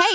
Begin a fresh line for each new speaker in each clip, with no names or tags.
Hey,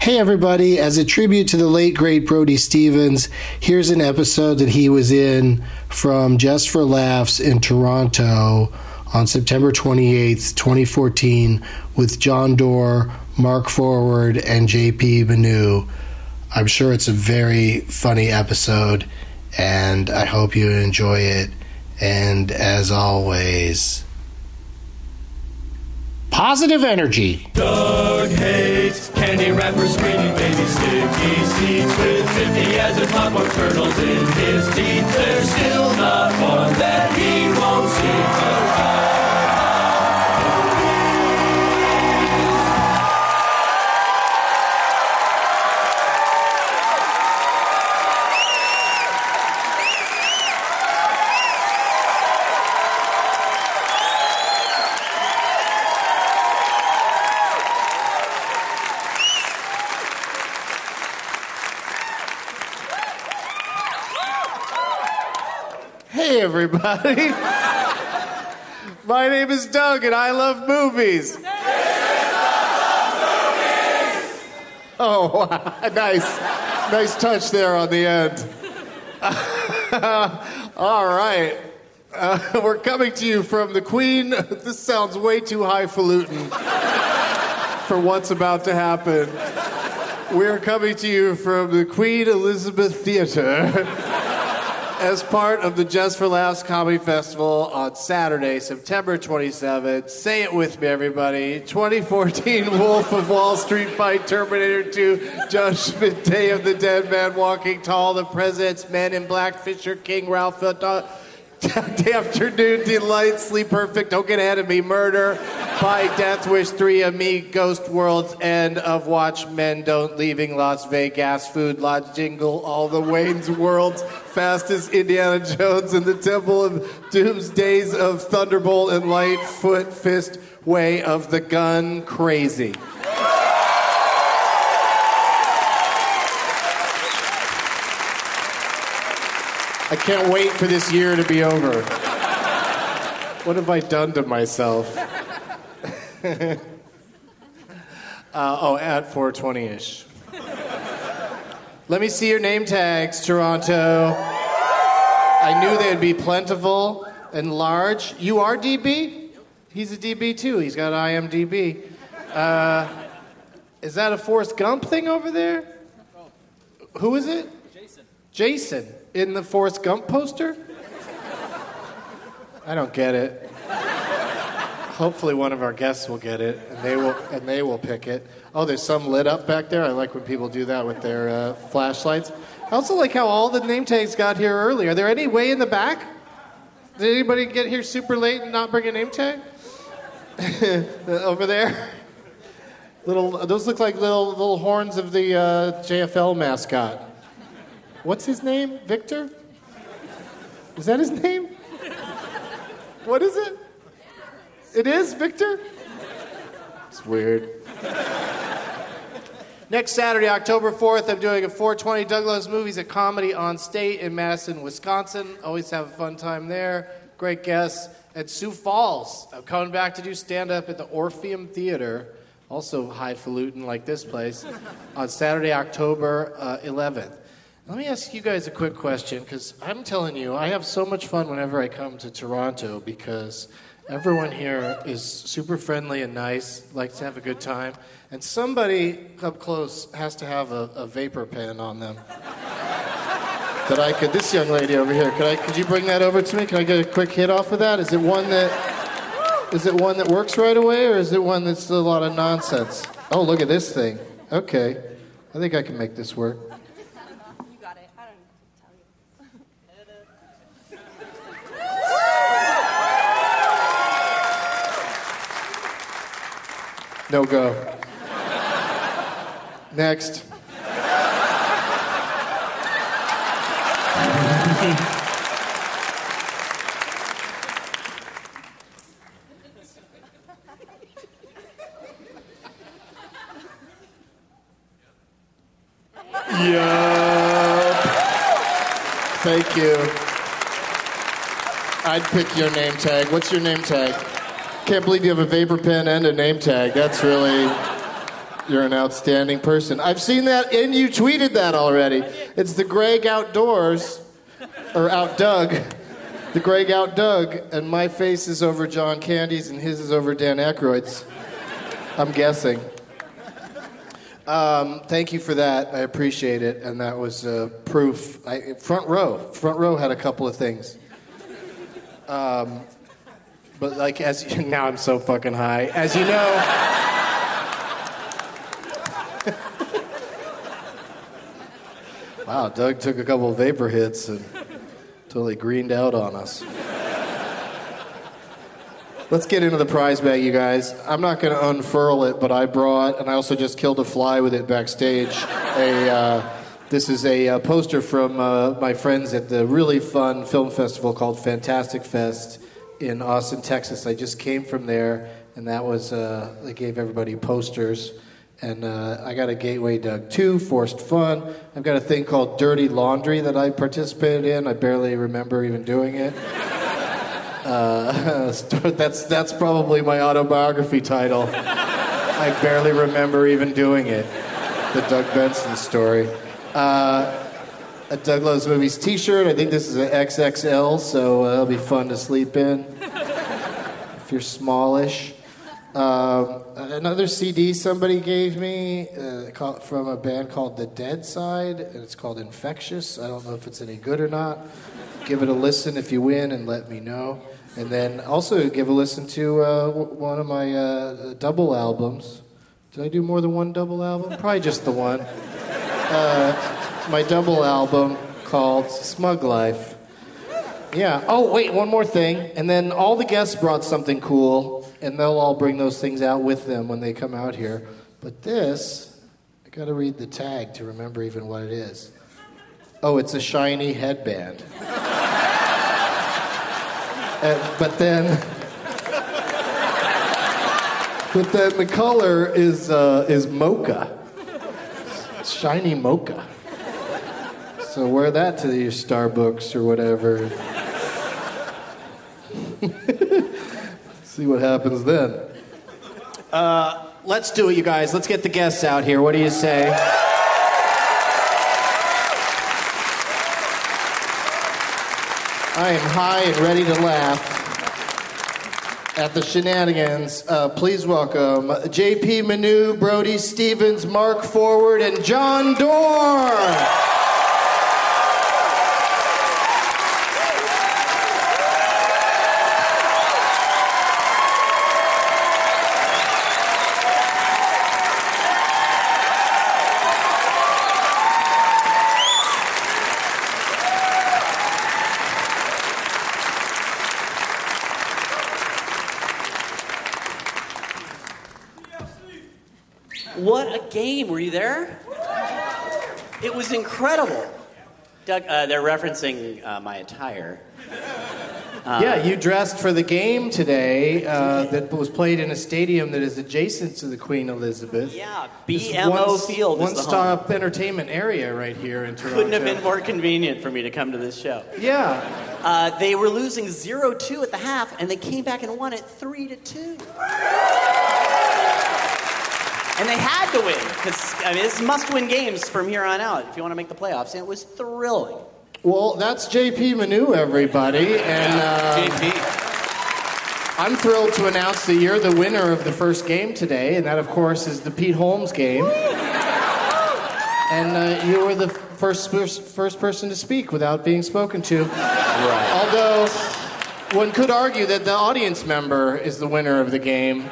Hey, everybody. As a tribute to the late, great Brody Stevens, here's an episode that he was in from Just for Laughs in Toronto on September 28th, 2014, with John Doerr, Mark Forward, and JP Benu. I'm sure it's a very funny episode, and I hope you enjoy it. And as always, positive energy.
Doug hates candy wrappers, screaming baby sticky seeds with 50 as a popcorn kernels in his teeth. There's still not one that he won't see.
Hey, everybody. My name is Doug, and I love movies. Oh, wow. nice. Nice touch there on the end. All right. Uh, we're coming to you from the Queen. This sounds way too highfalutin for what's about to happen. We're coming to you from the Queen Elizabeth Theater as part of the Just for Laughs Comedy Festival on Saturday, September 27th. Say it with me, everybody. 2014 Wolf of Wall Street Fight, Terminator 2, Judgment Day of the Dead Man Walking Tall, The President's Men in Black, Fisher King, Ralph Fiddle, Afternoon Delight, Sleep Perfect, Don't Get Ahead of Me, Murder, by Death Wish 3 of Me, Ghost World's End of Watch Men Don't Leaving Las Vegas, Food Lodge Jingle, All the Wayne's World's Fastest Indiana Jones, and the Temple of Doomsdays of Thunderbolt and Light, Foot Fist Way of the Gun, Crazy. I can't wait for this year to be over. What have I done to myself? Uh, oh, at 420 ish. Let me see your name tags, Toronto. I knew they'd be plentiful and large. You are DB? He's a DB too. He's got IMDB. Uh, is that a Forrest Gump thing over there? Who is it? Jason in the Forrest Gump poster? I don't get it. Hopefully, one of our guests will get it, and they will, and they will pick it. Oh, there's some lit up back there. I like when people do that with their uh, flashlights. I also like how all the name tags got here early. Are there any way in the back? Did anybody get here super late and not bring a name tag? Over there, little those look like little little horns of the uh, JFL mascot. What's his name? Victor? Is that his name? What is it? It is Victor? It's weird. Next Saturday, October 4th, I'm doing a 420 Douglas Movies, a comedy on state in Madison, Wisconsin. Always have a fun time there. Great guests. At Sioux Falls, I'm coming back to do stand up at the Orpheum Theater, also highfalutin like this place, on Saturday, October uh, 11th. Let me ask you guys a quick question because I'm telling you, I have so much fun whenever I come to Toronto because everyone here is super friendly and nice, likes to have a good time, and somebody up close has to have a, a vapor pen on them. that I could, this young lady over here, could, I, could you bring that over to me? Can I get a quick hit off of that? Is it one that, is it one that works right away or is it one that's a lot of nonsense? Oh, look at this thing. Okay, I think I can make this work.
You got it. I don't need to tell you.
No go. Next. Yup. Thank you. I'd pick your name tag. What's your name tag? Can't believe you have a vapor pen and a name tag. That's really. You're an outstanding person. I've seen that, and you tweeted that already. It's the Greg Outdoors, or Out Doug. The Greg Out Doug, and my face is over John Candy's, and his is over Dan Aykroyd's. I'm guessing. Um, thank you for that. I appreciate it, and that was uh, proof. I, front row, front row had a couple of things. But like as you, now I'm so fucking high. As you know. wow, Doug took a couple of vapor hits and totally greened out on us. Let's get into the prize bag, you guys. I'm not going to unfurl it, but I brought, and I also just killed a fly with it backstage. A, uh, this is a uh, poster from uh, my friends at the really fun film festival called Fantastic Fest in Austin, Texas. I just came from there, and that was uh, they gave everybody posters. And uh, I got a Gateway Doug 2, Forced Fun. I've got a thing called Dirty Laundry that I participated in. I barely remember even doing it. Uh, that's that's probably my autobiography title. I barely remember even doing it. The Doug Benson story. Uh, a Doug Loves Movies T-shirt. I think this is an XXL, so uh, it'll be fun to sleep in if you're smallish. Um, another CD somebody gave me uh, called- from a band called The Dead Side, and it's called Infectious. I don't know if it's any good or not. give it a listen if you win, and let me know. And then also give a listen to uh, w- one of my uh, double albums. Did I do more than one double album? Probably just the one. Uh, my double album called Smug Life. Yeah. Oh, wait, one more thing. And then all the guests brought something cool, and they'll all bring those things out with them when they come out here. But this, I got to read the tag to remember even what it is. Oh, it's a shiny headband. Uh, but then. But then the color is, uh, is mocha. Shiny mocha. So wear that to your Starbucks or whatever. See what happens then. Uh, let's do it, you guys. Let's get the guests out here. What do you say? I am high and ready to laugh at the shenanigans. Uh, please welcome JP Manu, Brody Stevens, Mark Forward, and John Dorn.
What a game! Were you there? It was incredible. Doug, uh, they're referencing uh, my attire.
yeah, you dressed for the game today uh, that was played in a stadium that is adjacent to the Queen Elizabeth.
Yeah,
This
BMO
one-
Field is the home.
One-stop entertainment area right here in Toronto.
Couldn't have been more convenient for me to come to this show.
Yeah.
Uh, they were losing 0-2 at the half, and they came back and won it 3-2. And they had to win because I mean, it's must-win games from here on out if you want to make the playoffs. And it was thrilling.
Well, that's JP Manu, everybody, and uh,
JP.
I'm thrilled to announce that you're the winner of the first game today, and that, of course, is the Pete Holmes game. And uh, you were the first pers- first person to speak without being spoken to. Although one could argue that the audience member is the winner of the game,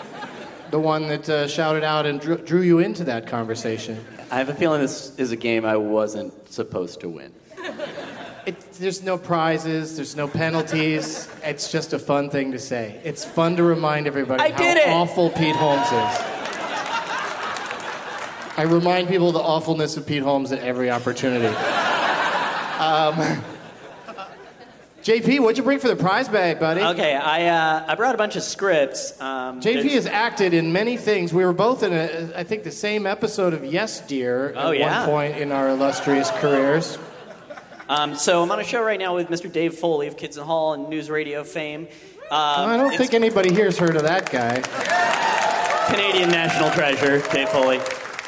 the one that uh, shouted out and drew, drew you into that conversation.
I have a feeling this is a game I wasn't supposed to win.
It, there's no prizes, there's no penalties. It's just a fun thing to say. It's fun to remind everybody
I
how
did it!
awful Pete Holmes is. I remind people of the awfulness of Pete Holmes at every opportunity. Um, JP, what'd you bring for the prize bag, buddy?
Okay, I uh, I brought a bunch of scripts. Um,
JP
there's-
has acted in many things. We were both in, a, I think, the same episode of Yes, Dear at
Oh, yeah.
one point in our illustrious careers.
um, so I'm on a show right now with Mr. Dave Foley of Kids in the Hall and News Radio fame. Um,
I don't
it's
think anybody here's heard of that guy.
Canadian national treasure, Dave Foley.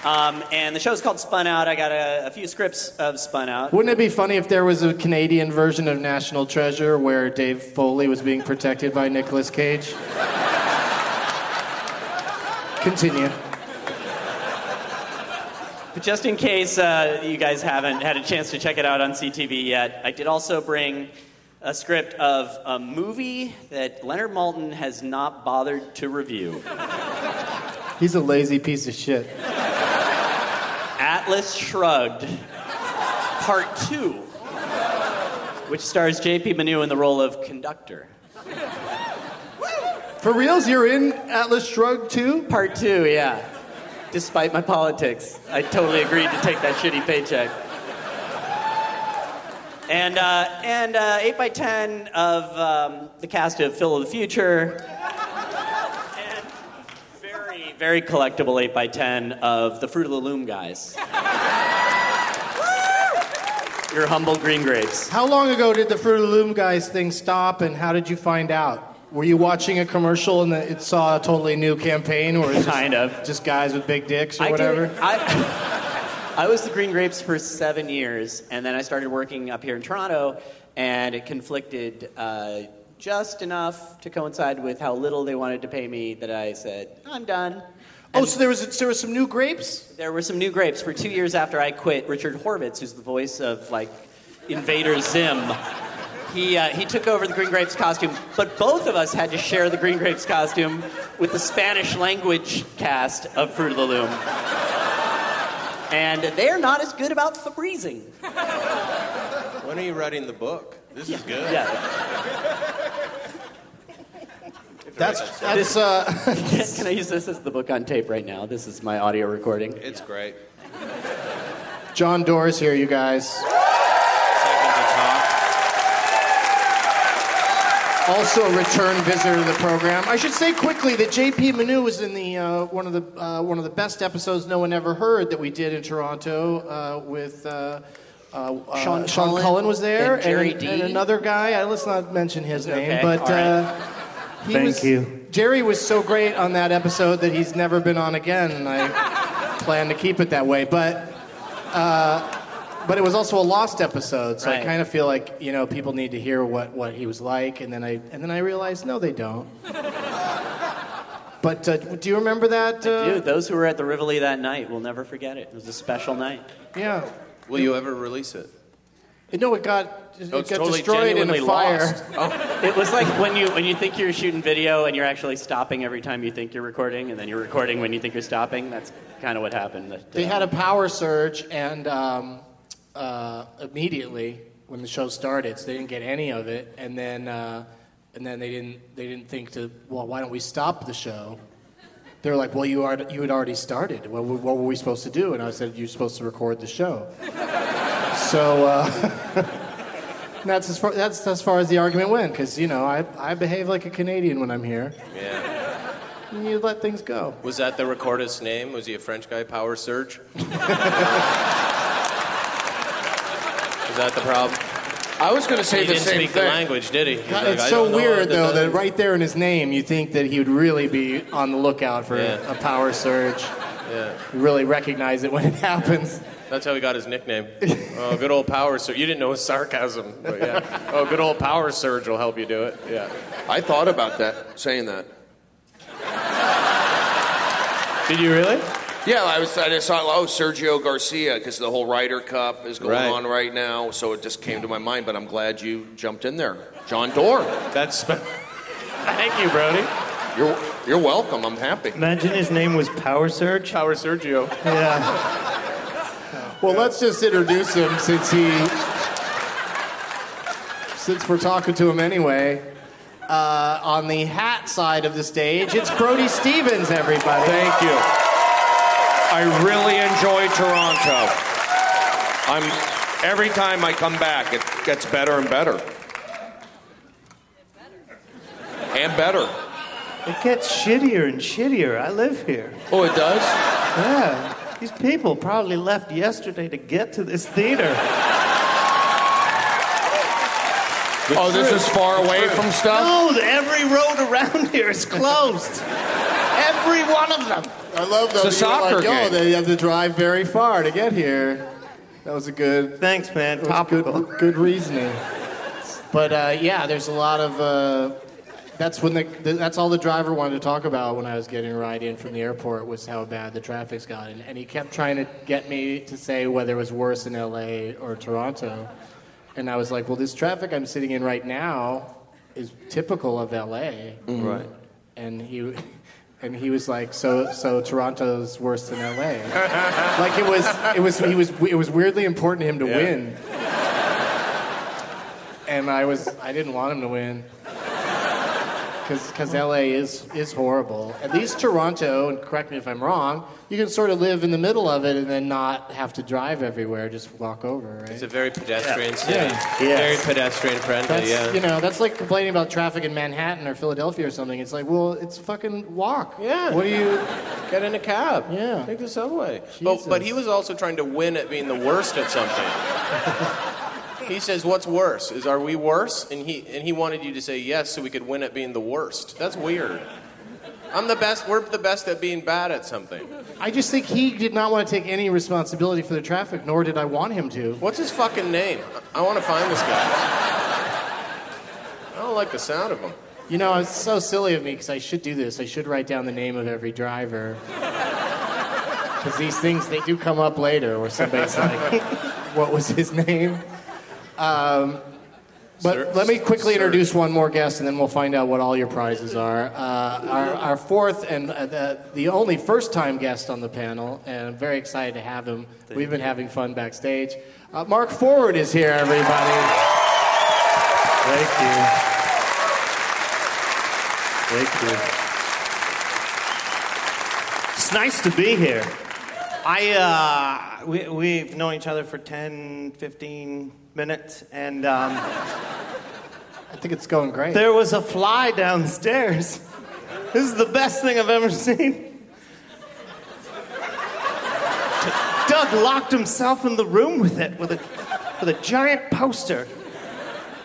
Um, and the show's called Spun Out. I got a, a few scripts of Spun Out.
Wouldn't it be funny if there was a Canadian version of National Treasure where Dave Foley was being protected by Nicolas Cage? Continue.
But just in case uh, you guys haven't had a chance to check it out on CTV yet, I did also bring a script of a movie that Leonard Maltin has not bothered to review.
He's a lazy piece of shit.
Atlas Shrugged, Part 2, which stars JP Manu in the role of conductor.
For reals, you're in Atlas Shrugged too?
Part 2, yeah. Despite my politics, I totally agreed to take that shitty paycheck. And, uh, and uh, 8 by 10 of um, the cast of Phil of the Future. And very, very collectible 8 by 10 of the Fruit of the Loom guys. Your humble green grapes.
How long ago did the Fruit of the Loom guys thing stop and how did you find out? Were you watching a commercial and it saw a totally new campaign or just,
Kind of.
just guys with big dicks or
I did-
whatever?
I, I was the Green Grapes for seven years, and then I started working up here in Toronto, and it conflicted uh, just enough to coincide with how little they wanted to pay me that I said, I'm done.
Oh, so there was there was some new grapes?
There were some new grapes. For two years after I quit, Richard Horvitz, who's the voice of, like, Invader Zim, he, uh, he took over the Green Grapes costume, but both of us had to share the Green Grapes costume with the Spanish language cast of Fruit of the Loom. And they're not as good about Febrezing.
When are you writing the book? This is good.
Yeah.
That's that's uh,
Can, can I use this as the book on tape right now? This is my audio recording.
It's great.
John Doris here, you guys.
Second to talk.
also a return visitor to the program. I should say quickly that JP Manu was in the uh, one of the uh, one of the best episodes no one ever heard that we did in Toronto uh, with. Uh, uh, uh,
Sean
Sean
Cullen
Cullen was there,
and Jerry
and,
D.
and another guy. I, let's not mention his name,
Okay,
but
all right.
uh, he
Thank
was,
you.
Jerry was so great on that episode that he's never been on again, and I plan to keep it that way. But uh, but it was also a lost episode, so I
Right.
kind of feel like you know people need to hear what, what he was like, and then I and then I realized no, they don't. but uh, do you remember that? Uh,
Dude, those who were at the Rivoli that night will never forget it. It was a special night.
yeah.
Will you ever release it?
No, it got it
Oh,
got
it's totally
destroyed in a
genuinely
fire.
lost.
It was like when you when you think you're shooting video and you're actually stopping every time you think you're recording, and then you're recording when you think you're stopping. That's kind of what happened. That,
They
uh,
had a power surge, and um, uh, immediately when the show started, so they didn't get any of it, and then uh, and then they didn't they didn't think to well, why don't we stop the show? They were like, well, you are you had already started. What, were- what were we supposed to do? And I said, you're supposed to record the show. so. Uh, And that's as far that's as far as the argument went, because you know I, I behave like a Canadian when I'm here.
Yeah.
And you let things go.
Was that the recordist's name? Was he a French guy? Power Surge? Is that the problem?
I was going to say
he
the
didn't
same
speak
thing.
the language, did he? He's
God,
like,
it's
"I
so
don't know
weird
what the-
though that right there in his name, you think that he would really be on the lookout for
Yeah.
a power surge.
Yeah.
You really recognize it when it happens.
That's how he got his nickname. Oh, good old Power Surge. You didn't know his sarcasm, but yeah. Oh, good old Power Surge will help you do it. Yeah.
I thought about that, saying that.
Did you really?
Yeah, I was. I just thought, oh, Sergio Garcia, because the whole Ryder Cup is going
Right.
on right now, so it just came to my mind. But I'm glad you jumped in there, John Doerr.
That's. Thank you, Brody.
You're you're welcome. I'm happy.
Imagine his name was Power Surge.
Power Sergio.
Yeah.
Well, let's just introduce him since he, since we're talking to him anyway. Uh, on the hat side of the stage, it's Brody Stevens, everybody.
Thank you.
I really enjoy Toronto. I'm every time I come back, it gets better and better.
And better.
It gets shittier and shittier. I live here.
Oh, it does.
Yeah. These people probably left yesterday to get to this theater.
oh, this is far away from stuff.
No, every road around here is closed. every one of them.
I love those.
It's a soccer
like,
game.
Oh, they have to drive very far to get here. That was a good,
Thanks,
that
man.
was
Topical.
good, good reasoning. But uh, yeah, there's a lot of. Uh, that's when the, that's all the driver wanted to talk about when I was getting a ride in from the airport was how bad the traffic's gotten, and he kept trying to get me to say whether it was worse in L.A. or Toronto, and I was like, well, this traffic I'm sitting in right now is typical of L.A
Right.
and he and he was like so so toronto's worse than la like it was it was he was it was weirdly important to him to
Yeah.
win and i was i didn't want him to win because la is is horrible at least toronto and correct me if i'm wrong you can sort of live in the middle of it and then not have to drive everywhere just walk over right
It's a very pedestrian city.
Yeah.
Very pedestrian friendly.
that's
yeah.
you know that's like complaining about traffic in Manhattan or Philadelphia or something. It's like, well, it's fucking walk.
Yeah.
What do you?
Get in a cab.
Yeah.
Take the subway. But, but
Jesus.
he was also trying to win at being the worst at something. he says, "What's worse? Is are we worse?" And he and he wanted you to say yes so we could win at being the worst. That's weird. I'm the best. We're the best at being bad at something.
I just think he did not want to take any responsibility for the traffic, nor did I want him to.
What's his fucking name? I want to find this guy. I don't like the sound of him.
You know, it's so silly of me because I should do this. I should write down the name of every driver. Because these things, they do come up later where somebody's like, what was his name? Um, but
Sir-
let me quickly
Sir.
introduce one more guest and then we'll find out what all your prizes are. Uh, our, our fourth and uh, the, the only first time guest on the panel, and I'm very excited to have him. We've been having fun backstage. Uh, Mark Forward is here, everybody.
Thank you. Thank you. It's nice to be here. I, uh, we, we've known each other for 10, 15 minutes, and um,
I think it's going great.
There was a fly downstairs. This is the best thing I've ever seen. Doug locked himself in the room with it, with a, with a giant poster,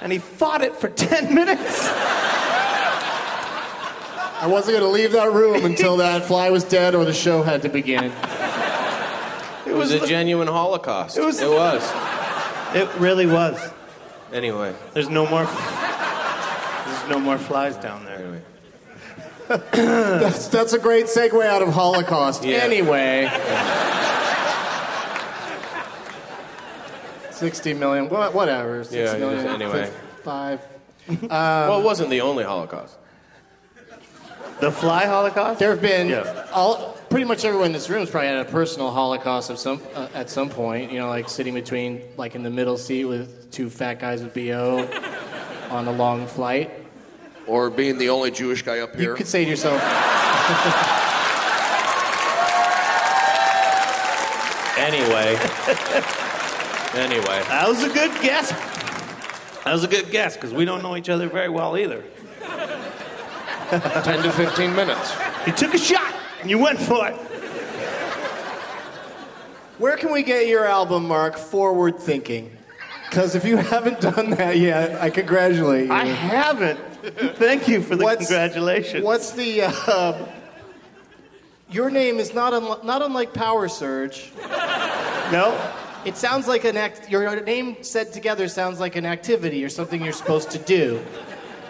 and he fought it for 10 minutes.
I wasn't going to leave that room until that fly was dead or the show had to begin.
It was, a
the-
genuine Holocaust.
It was-
It was.
It really was.
Anyway.
There's no more. There's no more flies down there.
Anyway.
That's, that's a great segue out of Holocaust.
Yeah.
Anyway. 60 million, wha- whatever. Six
Yeah, you
million,
just- anyway.
fif- Five.
well, it wasn't the only Holocaust.
The fly holocaust?
There have been
Yeah.
all, pretty much everyone in this room has probably had a personal Holocaust of some, uh, at some point. You know, like sitting between, like in the middle seat with two fat guys with BO on a long flight.
Or being the only Jewish guy up
You
here.
could say to yourself,
Anyway. anyway.
That was a good guess. That was a good guess because we don't know each other very well either.
10 to 15 minutes.
You took a shot and you went for it.
Where can we get your album, Mark? Forward thinking. Because if you haven't done that yet, I congratulate you.
I haven't. Thank you for the
What's-
congratulations.
What's the? Uh, your name is not unli- not unlike Power Surge.
No?
It sounds like an act. Your name said together sounds like an activity or something you're supposed to do.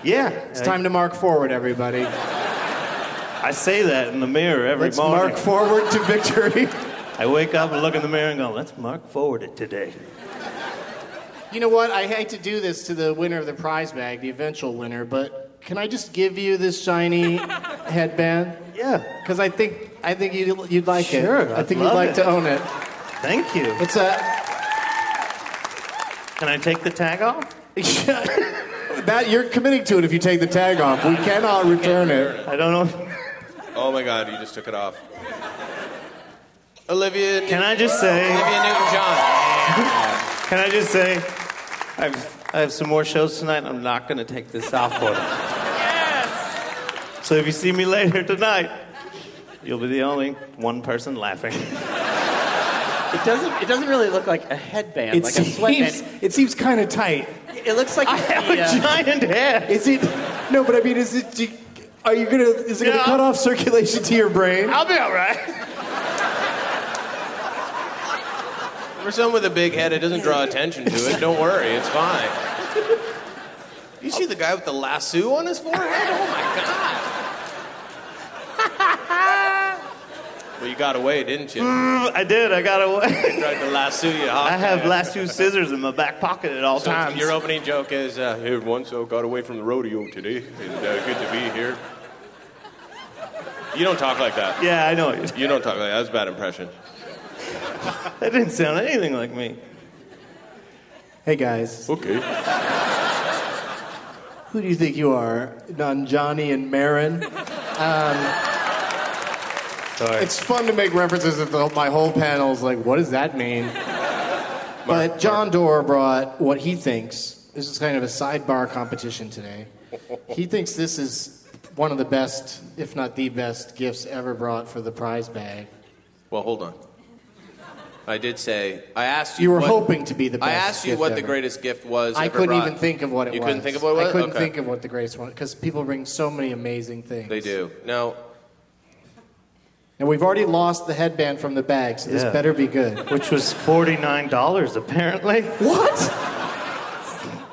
Yeah.
It's time to mark forward, everybody.
I say that in the mirror every
Let's
morning.
mark forward to victory.
I wake up and look in the mirror and go, let's mark forward it today.
You know what? I hate to do this to the winner of the prize bag, the eventual winner, but can I just give you this shiny headband?
Yeah.
Because I think I think you'd, you'd like it.
Sure,
I
I'd
think you'd
love
like
it.
to own it.
Thank you.
It's a
Can I take the tag off?
that you're committing to it if you take the tag off. We cannot return it.
I don't know. if-
Oh my God, you just took it off. Olivia.
Can I just say,
Olivia Newton-John.
can I just say, I've, I have some more shows tonight. I'm not going to take this off for them. Yes. So if you see me later tonight, you'll be the only one person laughing.
It doesn't. It doesn't really look like a headband,
It
like a
seems,
sweatband.
it seems kind of tight.
It looks like
I have a
the, uh,
giant head.
Is it? No, but I mean, is it? do you- Are you gonna? Is it gonna
Yeah.
cut off circulation to your brain?
I'll be all right.
For someone with a big head, it doesn't draw attention to it. Don't worry, it's fine. You see the guy with the lasso on his forehead? Oh my God. Well, you got away, didn't you? you
I did. I got away.
tried to lasso you.
I have lasso scissors in my back pocket at all
So
times.
Your opening joke is, uh, hey everyone, so got away from the rodeo today, and uh, good to be here. You don't talk like that.
yeah, I know.
You don't talk like that. That's a bad impression.
That didn't sound anything like me.
Hey guys,
Okay.
who do you think you are, Nanjani and Marin? Um,
Sorry.
It's fun to make references that the, my whole panel's like, what does that mean? But John Doerr brought what he thinks. This is kind of a sidebar competition today. He thinks this is one of the best, if not the best, gifts ever brought for the prize bag.
Well, hold on. I did say I asked you.
You were
what-
hoping to be the best.
I asked you
gift
what the
ever.
greatest gift was.
I
ever
couldn't
brought.
even think of what it
you
was.
couldn't think of what it was.
I couldn't
Okay.
think of what the greatest one because people bring so many amazing things.
They do. Now,
And we've already lost the headband from the bag, so this
Yeah.
better be good.
Which was $49 apparently.
What?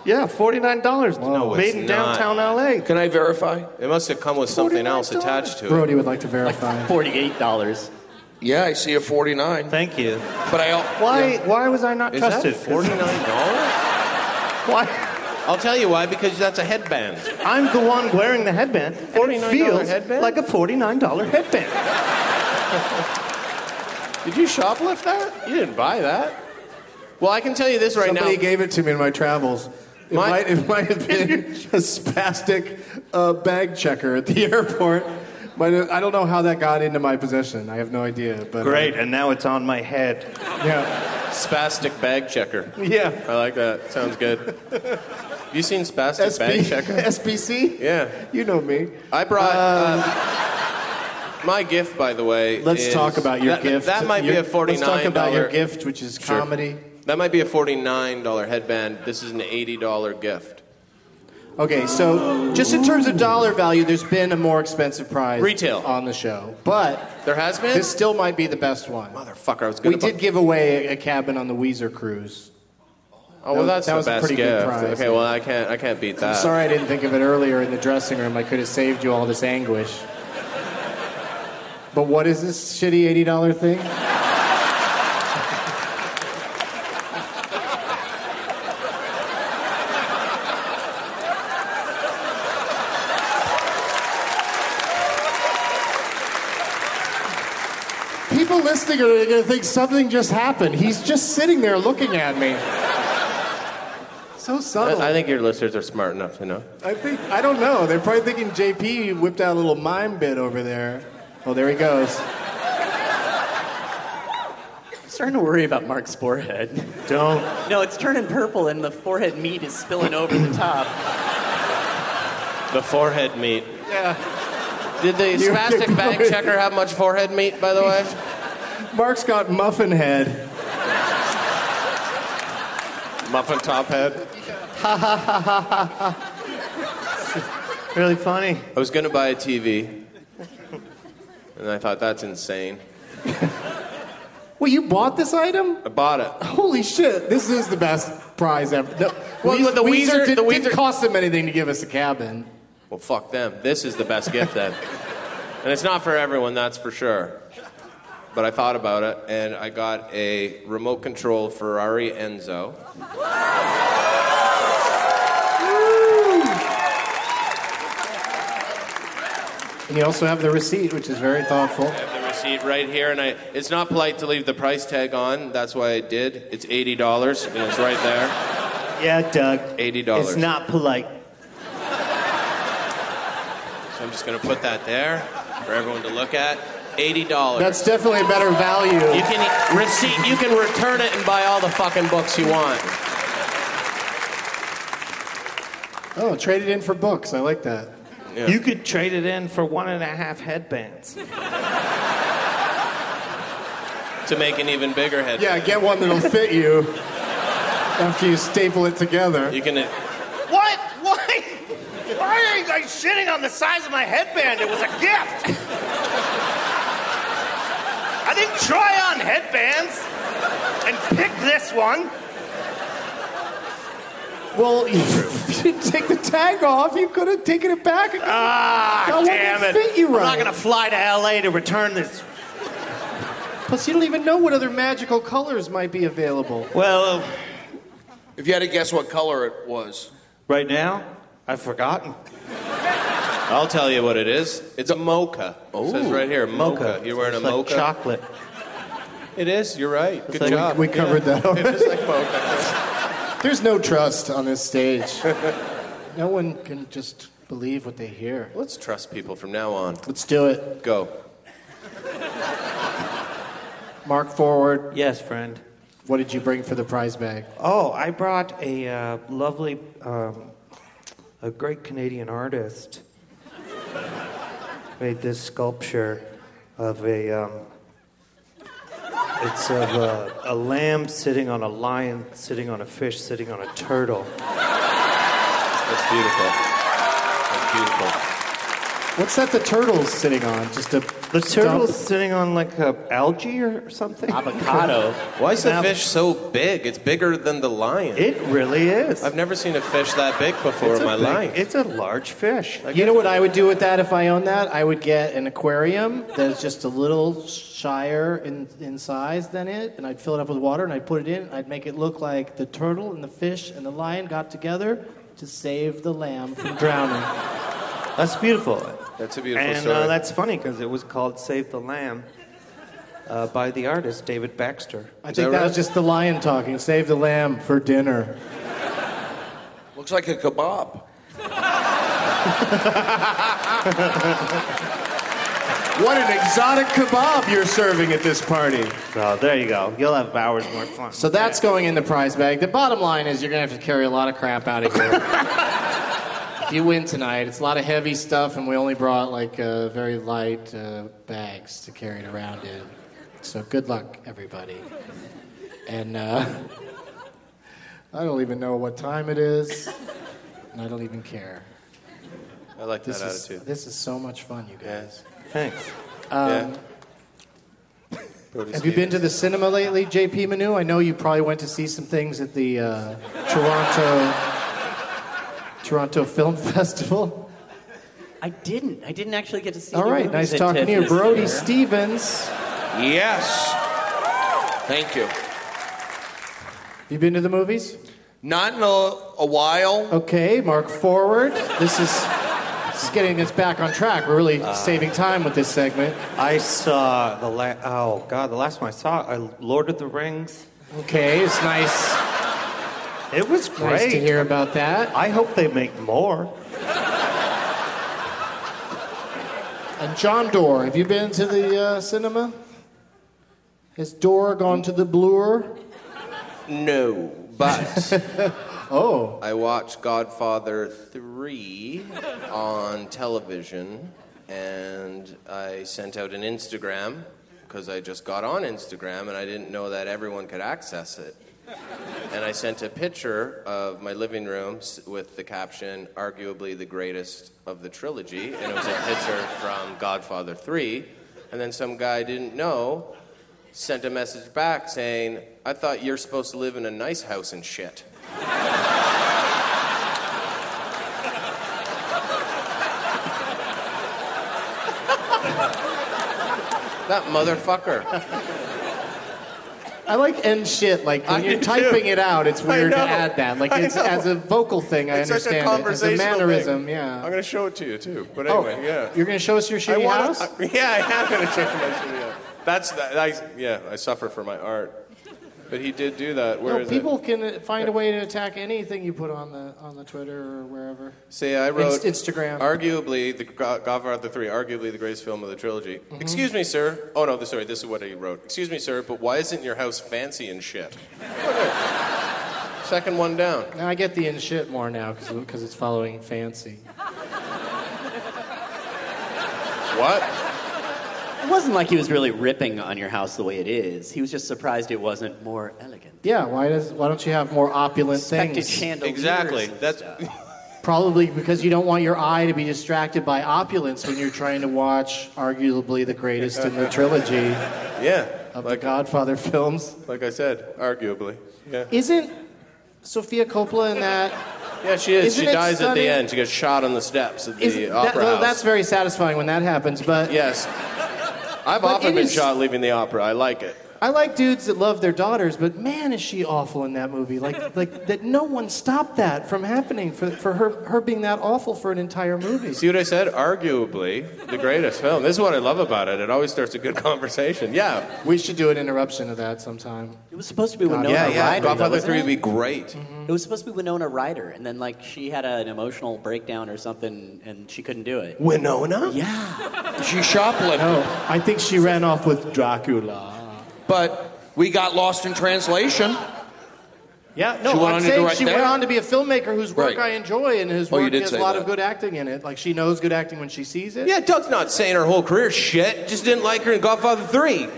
Yeah, $49.
No,
made
it's
in
not.
downtown LA.
Can I verify?
it must have come with something else attached to it.
Brody would like to verify.
forty-eight dollars.
Yeah, I see a 49.
Thank you.
But I al-
Why why was I not
Is
trusted?
that forty-nine dollars?
Why?
I'll tell you why. Because that's a headband.
I'm the one wearing the headband. and it
$49
feels
headband?
Like a $49 headband.
Did you shoplift that? You didn't buy that. Well, I can tell you this right
Somebody
now.
gave it to me in my travels. It,
My-
might, it might have been a spastic uh, bag checker at the airport. Might have- I don't know how that got into my possession. I have no idea. But uh,
Great, and now it's on my head.
yeah.
Spastic bag checker.
Yeah.
I like that. Sounds good. Have you seen Spastic
SB,
bag checker?
SBC?
Yeah.
You know me.
I brought uh, my gift, by the way.
Let's
is-
talk about your
that,
gift.
That might
Your-
be a forty-nine.
Let's talk about your gift, which is comedy.
That might be a forty-nine dollar headband. This is an eighty-dollar gift.
Okay, so just in terms of dollar value, there's been a more expensive prize
Retail.
on the show, but
There has been.
this still might be the best one.
motherfucker. I was
We
gonna. bu-
did give away a a cabin on the Weezer cruise.
Oh well,
that-
that's
that
the
was a
best
pretty good
gift.
prize,
okay,
yeah.
well I can't. I can't beat that.
I'm sorry I didn't think of it earlier in the dressing room. I could have saved you all this anguish. But what is this shitty $80 thing? People listening are going to think something just happened. He's just sitting there looking at me. So subtle.
I, I think your listeners are smart enough to know.
I think I don't know. They're probably thinking JP whipped out a little mime bit over there. Oh, there he goes.
starting to worry about Mark's forehead.
Don't.
No, it's turning purple and the forehead meat is spilling over the top.
The forehead meat.
Yeah.
Did the
You-
spastic bag checker have much forehead meat, by the way?
Mark's got muffin head.
Muffin top head.
Ha ha ha ha ha ha.
Really funny.
I was going to buy a TV, and I thought, that's insane.
Well, you bought this item?
I bought it.
Holy shit! This is the best prize ever. No,
Well,
Weez-
the Weezer-
did,
the
didn't
Weezer-
cost them anything to give us a cabin.
Well, fuck them. This is the best gift then. And it's not for everyone, that's for sure. But I thought about it, and I got a remote control Ferrari Enzo.
And you also have the receipt, which is very thoughtful.
I have the receipt right here, and I, it's not polite to leave the price tag on. That's why I did. It's $80, and it's right there.
Yeah, Doug.
$80.
It's not polite.
So I'm just going to put that there for everyone to look at. $80.
That's definitely a better
You
value.
can e, receipt. You can return it and buy all the fucking books you want.
Oh, trade it in for books. I like that.
You could trade it in for one and a half headbands.
To make an even bigger head.
Yeah, get one that'll fit you after you staple it together.
You can.
What? Why? Why are you guys shitting on the size of my headband? It was a gift. I didn't try on headbands and pick this one.
Well, you, didn't take the tag off. You could have taken it back. and-
Ah,
That won't
damn it.
fit you
I'm
right.
not going to fly to LA to return this.
Plus, you don't even know what other magical colors might be available.
Well,
If you had to guess what color it was,
right now, I've forgotten.
I'll tell you what it is. It's a mocha. It says right here, mocha. You're wearing
It's
a
like
mocha.
chocolate.
It is. You're right. Good
like-
job.
We covered that
It
already.
is like mocha.
There's no trust on this stage. no one can just believe what they hear.
Let's trust people from now on.
Let's do it.
Go.
Mark forward.
Yes, friend.
What did you bring for the prize bag?
Oh, I brought a uh, lovely, um, a great Canadian artist made this sculpture of a. Um, it's of a, a lamb sitting on a lion, sitting on a fish, sitting on a turtle.
That's beautiful. That's beautiful.
What's that the turtle's sitting on? Just a
The turtle's
stump?
sitting on like a algae or something.
Avocado.
Why is the
Now-
fish so big? It's bigger than the lion.
It really is.
I've never seen a fish that big before
It's
in
a
my
big-
life.
It's a large fish. Like,
You know what I would do with that if I owned that? I would get an aquarium that's just a little shyer in, in size than it, and I'd fill it up with water and I'd put it in. I'd make it look like the turtle and the fish and the lion got together to save the lamb from drowning.
that's beautiful.
That's a beautiful
and,
story.
uh, that's funny because it was called "Save the Lamb" uh, by the artist David Baxter.
I
that
think that
right?
was just the lion talking. Save the lamb for dinner.
looks like a kebab.
What an exotic kebab you're serving at this party.
So there you go. You'll have hours more fun.
So that's going in the prize bag. The bottom line is you're going to have to carry a lot of crap out of here. if you win tonight, it's a lot of heavy stuff, and we only brought like uh, very light uh, bags to carry it around in. So good luck, everybody. And uh, I don't even know what time it is, and I don't even care.
I like that
This is,
attitude.
this is so much fun, you guys.
thanks. Um,
yeah. Brody
Have you been to
Stevens.
the cinema lately, JP Manu? I know you probably went to see some things at the uh, Toronto Toronto Film Festival.
I didn't. I didn't actually get to see
All
any
right,
movies
nice
at
talking to you,
TIFF this
Brody
year.
Stevens.
Yes. Thank you.
You been to the movies?
Not in a, a while.
Okay, Mark Forward. This is this is getting us back on track. We're really saving time with this segment.
I saw the la- oh god, the last one I saw, I Lord of the Rings.
Okay, it's nice
It was great.
nice to hear about that.
I hope they make more.
And John Doerr, have you been to the uh, cinema? Has Dora gone to the Bluer?
No, but
oh,
I watched Godfather 3 on television and I sent out an Instagram because I just got on Instagram and I didn't know that everyone could access it. And I sent a picture of my living room s- with the caption, arguably the greatest of the trilogy. And it was a picture from Godfather 3. And then some guy I didn't know sent a message back saying, I thought you're supposed to live in a nice house and shit. That motherfucker.
I like end shit. Like when
I
you're
do
typing
too.
it out, it's
I
weird to
know.
add that. Like
I
it's
know.
as a vocal thing. I
it's such
understand it. As
a
a
conversational
mannerism,
thing.
yeah.
I'm gonna show it to you too. But
Oh,
anyway, yeah.
You're gonna show us your
I
shitty
wanna-
house?
I- yeah, I am gonna show you my shitty house. That's that, I, yeah. I suffer for my art, but he did do that. Where
no,
is
people
it?
can uh, find a way to attack anything you put on the on the Twitter or wherever.
Say I wrote
Inst- Instagram.
Arguably, the Go- Godfather Three, arguably the greatest film of the trilogy.
Mhm.
Excuse me, sir. Oh no, sorry. This is what he wrote. Excuse me, sir. But why isn't your house fancy and shit? Second one down.
Now I get the end shit more now because it's following fancy.
What?
It wasn't like he was really ripping on your house the way it is. He was just surprised it wasn't more elegant.
Yeah, why does why don't you have more opulent
Expected
things?
chandeliers
Exactly. That's
Probably because you don't want your eye to be distracted by opulence when you're trying to watch arguably the greatest in the trilogy
yeah.
of the Godfather films.
Like I said, arguably. Yeah.
Isn't Sophia Coppola in that?
Yeah, she is.
Isn't
she
it
dies at
stunning?
the end. She gets shot on the steps of the
Isn't- that-
opera
well,
house.
that's very satisfying when that happens. But
yes, I've
But
often
it
been
is-
shot leaving the opera. I like it.
I like dudes that love their daughters, but man, is she awful in that movie? Like, like that no one stopped that from happening for, for her her being that awful for an entire movie.
See what I said? Arguably the greatest film. This is what I love about it. It always starts a good conversation. Yeah.
We should do an interruption of that sometime.
It was supposed to be
God,
Winona
yeah,
Ryder.
yeah,
though,
Godfather
wasn't
3
it?
would be
great.
It was supposed to be Winona Ryder, and then like she had an emotional breakdown or something, and she couldn't do it.
Winona?
Yeah.
She shoplifted.
No, I think she ran off with Dracula.
But we got lost in translation.
Yeah, no,
She went
I'm
on to
saying
direct
she
that?
went on to be a filmmaker whose work
Right.
I enjoy and whose
Oh, you
work
did
has
say
a lot
that.
of good acting in it. Like she knows good acting when she sees it.
Yeah, Doug's not saying her whole career shit. Just didn't like her in Godfather 3.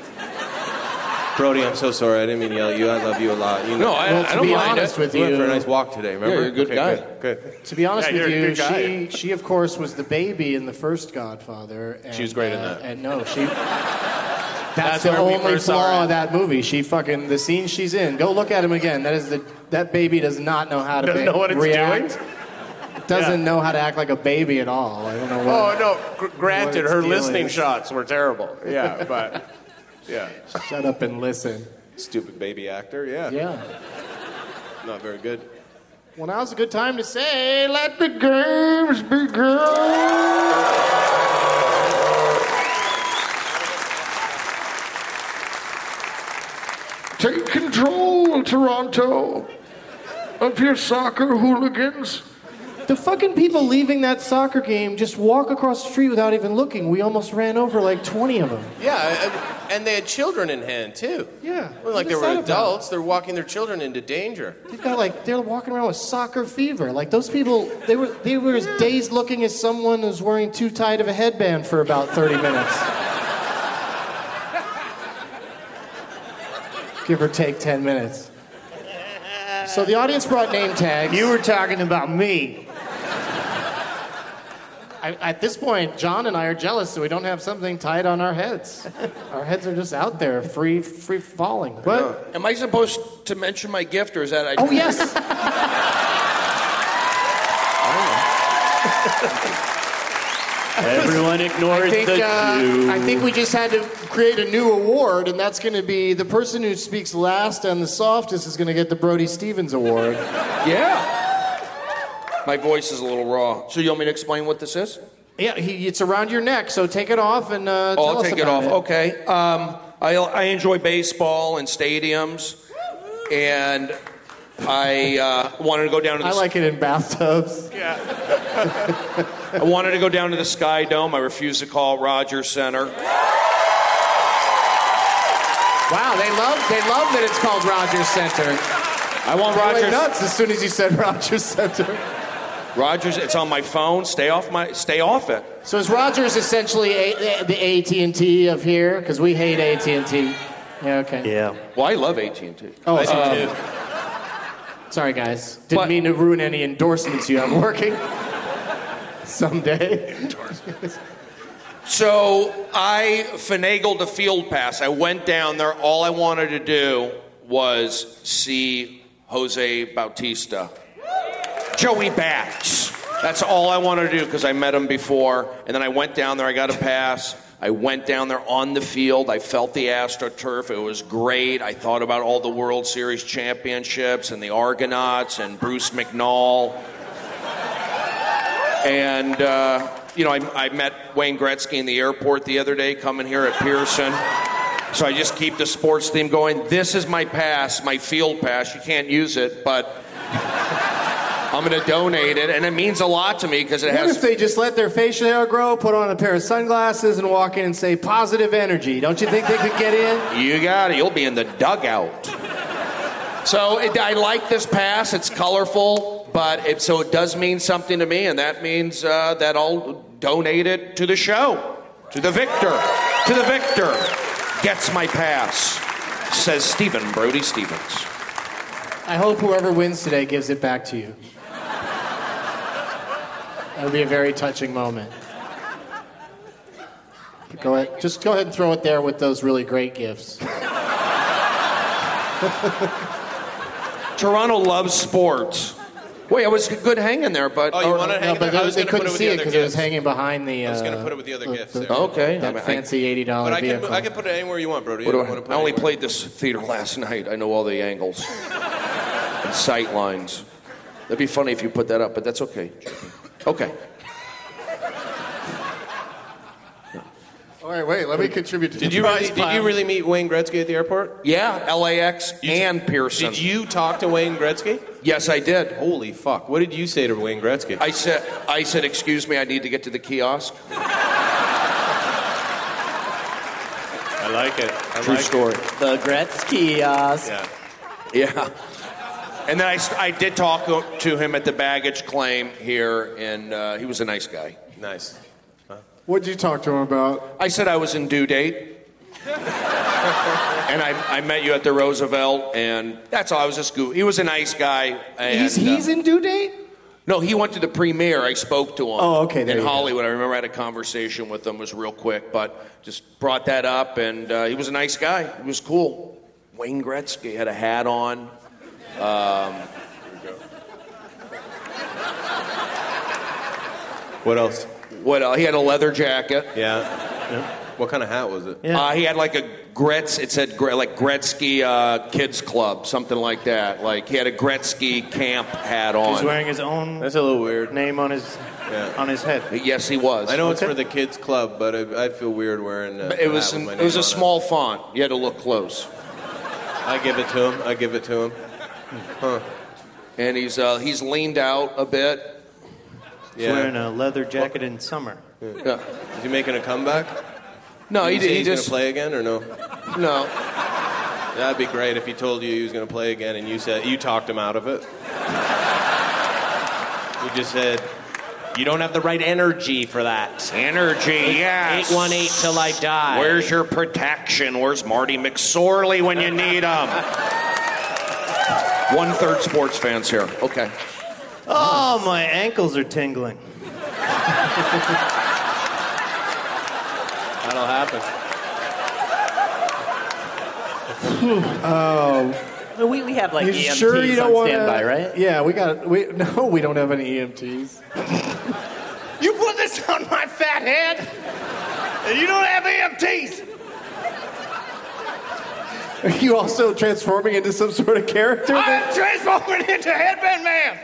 Brody, I'm so sorry. I didn't mean to yell at you. I love you a lot. You
No,
know,
I- Well, I to don't be mind honest it. with
We went
you-
for a nice walk today, remember?
Yeah, you're a good
Okay,
guy.
Good. good.
To be honest
Yeah, you're
with
a
you,
good guy.
she she of course was the baby in the first Godfather. And,
She was great in
uh,
that.
And no, she. That's,
That's
the
where we
only
first saw her.
flaw of that movie. She fucking the scene she's in. Go look at him again. That is the that baby does not know how to
Doesn't
ba-
know what it's
react.
doing?
Doesn't know how to act like a baby at all. I don't know.
Oh,
What,
no. Gr- granted,
it's
her
dealing
listening
is.
shots were terrible. Yeah, but. Yeah.
Shut up and listen.
Stupid baby actor, yeah.
Yeah.
Not very good.
Well, now's a good time to say, let the games begin.
Take control, Toronto, of your soccer hooligans.
The fucking people leaving that soccer game just walk across the street without even looking. We almost ran over like 20 of them.
Yeah, I- I- and they had children in hand, too.
Yeah.
Well,
What
like they
is
were
that about?
adults, they're walking their children into danger.
They've got like they're walking around with soccer fever. Like those people, they were they were as dazed looking as someone who's wearing too tight of a headband for about 30 minutes. Give or take 10 minutes. So the audience brought name tags. You were talking about me. I, at this point, John and I are jealous, so we don't have something tied on our heads. Our heads are just out there, free, free falling. What?
Am I supposed to mention my gift, or is that I?
Oh yes.
Everyone
I
ignores
think,
the
uh,
cue.
I think we just had to create a new award, and that's going to be the person who speaks last and the softest is going to get the Brody Stevens Award.
Yeah. My voice is a little raw. So you want me to explain what this is?
Yeah, he, it's around your neck, so take it off and uh,
oh,
tell
I'll
us
take it
about
off. Okay. Um, I, I enjoy baseball and stadiums, and I uh, wanted to go down to the
I like it in bathtubs.
I wanted to go down to the Sky Dome. I refused to call Rogers Center.
Wow, they love they love that it's called Rogers Center.
I want
They went
Rogers.
nuts as soon as you said Rogers Center.
Rogers, it's on my phone. Stay off my. Stay off it.
So is Rogers essentially a, the AT and T of here? Because we hate AT and T. Yeah. Okay.
Yeah.
Well, I love AT and T.
Oh, um, sorry guys. Didn't mean to ruin any endorsements you have working. Someday.
So I finagled a field pass. I went down there. All I wanted to do was see Jose Bautista, Joey Bats. That's all I wanted to do because I met him before. And then I went down there. I got a pass. I went down there on the field. I felt the AstroTurf. It was great. I thought about all the World Series championships and the Argonauts and Bruce McNall and uh, you know, I, I met Wayne Gretzky in the airport the other day, coming here at Pearson. So I just keep the sports theme going. This is my pass, my field pass. You can't use it, but I'm going to donate it, and it means a lot to me because it
What
has
if they just let their facial hair grow, put on a pair of sunglasses, and walk in and say positive energy? Don't you think they could get in?
You got it. You'll be in the dugout. So it, I like this pass. It's colorful, but it, so it does mean something to me, and that means uh, that I'll donate it to the show, to the victor, to the victor. Gets my pass, says Stephen Brody Stevens.
I hope whoever wins today gives it back to you. That would be a very touching moment. Go ahead. Just go ahead and throw it there with those really great gifts.
Toronto loves sports. Wait, it was a good hang in there, but
Oh, you wanted to hang
No,
it
but
there? I
they,
was
they
gonna put
couldn't
it with
see
the
it
other
because it was
gifts.
hanging behind the.
I was gonna
uh,
put it with the other gifts,
the-
yeah. Okay.
I
That
mean, I-
fancy eighty
Oh,
But
dollar
I can,
vehicle.
I can put it anywhere you want, Brody.
What do
I
I,
don't wanna put
I only
anywhere.
played this theater last night. I know all the angles and sight lines. That'd be funny if you put that up, but that's okay. Okay.
All right, wait. Let me contribute to
Did
the
you
prize
really, did
pile.
you really meet Wayne Gretzky at the airport?
Yeah, LAX and Pearson.
Did you talk to Wayne Gretzky?
Yes, I did.
Holy fuck! What did you say to Wayne Gretzky?
I said, I said, excuse me, I need to get to the kiosk.
I like it. I
True
like
story.
The Gretzky. Uh,
It. Yeah.
Yeah. And then I, s- I did talk to him at the baggage claim here, and uh, he was a nice guy.
Nice.
What did you talk to him about?
I said I was in due date. and I, I met you at the Roosevelt, and that's all. I was just goofy. He was a nice guy. And,
he's he's
uh,
in due date.
no, he went to the premiere. I spoke to him.
Oh, okay, there
in
you go.
Hollywood, I remember I had a conversation with him. It was real quick, but just brought that up, and uh, he was a nice guy. He was cool. Wayne Gretzky had a hat on.
What else?
What? Uh, he had a leather jacket.
Yeah. What kind of hat was it?
Uh, he had like a Gretz. It said Gre- like Gretzky uh, Kids Club, something like that. Like he had a Gretzky camp hat on.
He's wearing his own
That's a little weird.
name on his
Yeah.
on his head.
Yes, he was.
I know it's for the kids' club, but I, I'd feel weird wearing. Uh,
It was an, it was a small font. You had to look close.
I give it to him. I give it to him.
And he's uh, he's leaned out a bit.
He's wearing a leather jacket in summer.
Yeah.
Is he making a comeback?
No, he,
Did say
he
he's
just
gonna play again or no?
no.
That'd be great if he told you he was gonna play again and you said you talked him out of it. you just said you don't have the right energy for that.
Energy, yes.
818 till I die.
Where's your protection? Where's Marty McSorley when you need him? One third sports fans here. Okay.
Oh, my ankles are tingling.
That'll happen.
we, we have like
Oh, You
EMTs
sure you don't
E on
want
standby, right?
Yeah, we got. We no, we don't have any E EMTs.
You put this on my fat head, and you don't have EMTs.
Are you also transforming into some sort of character?
I'm transforming into Headband Man.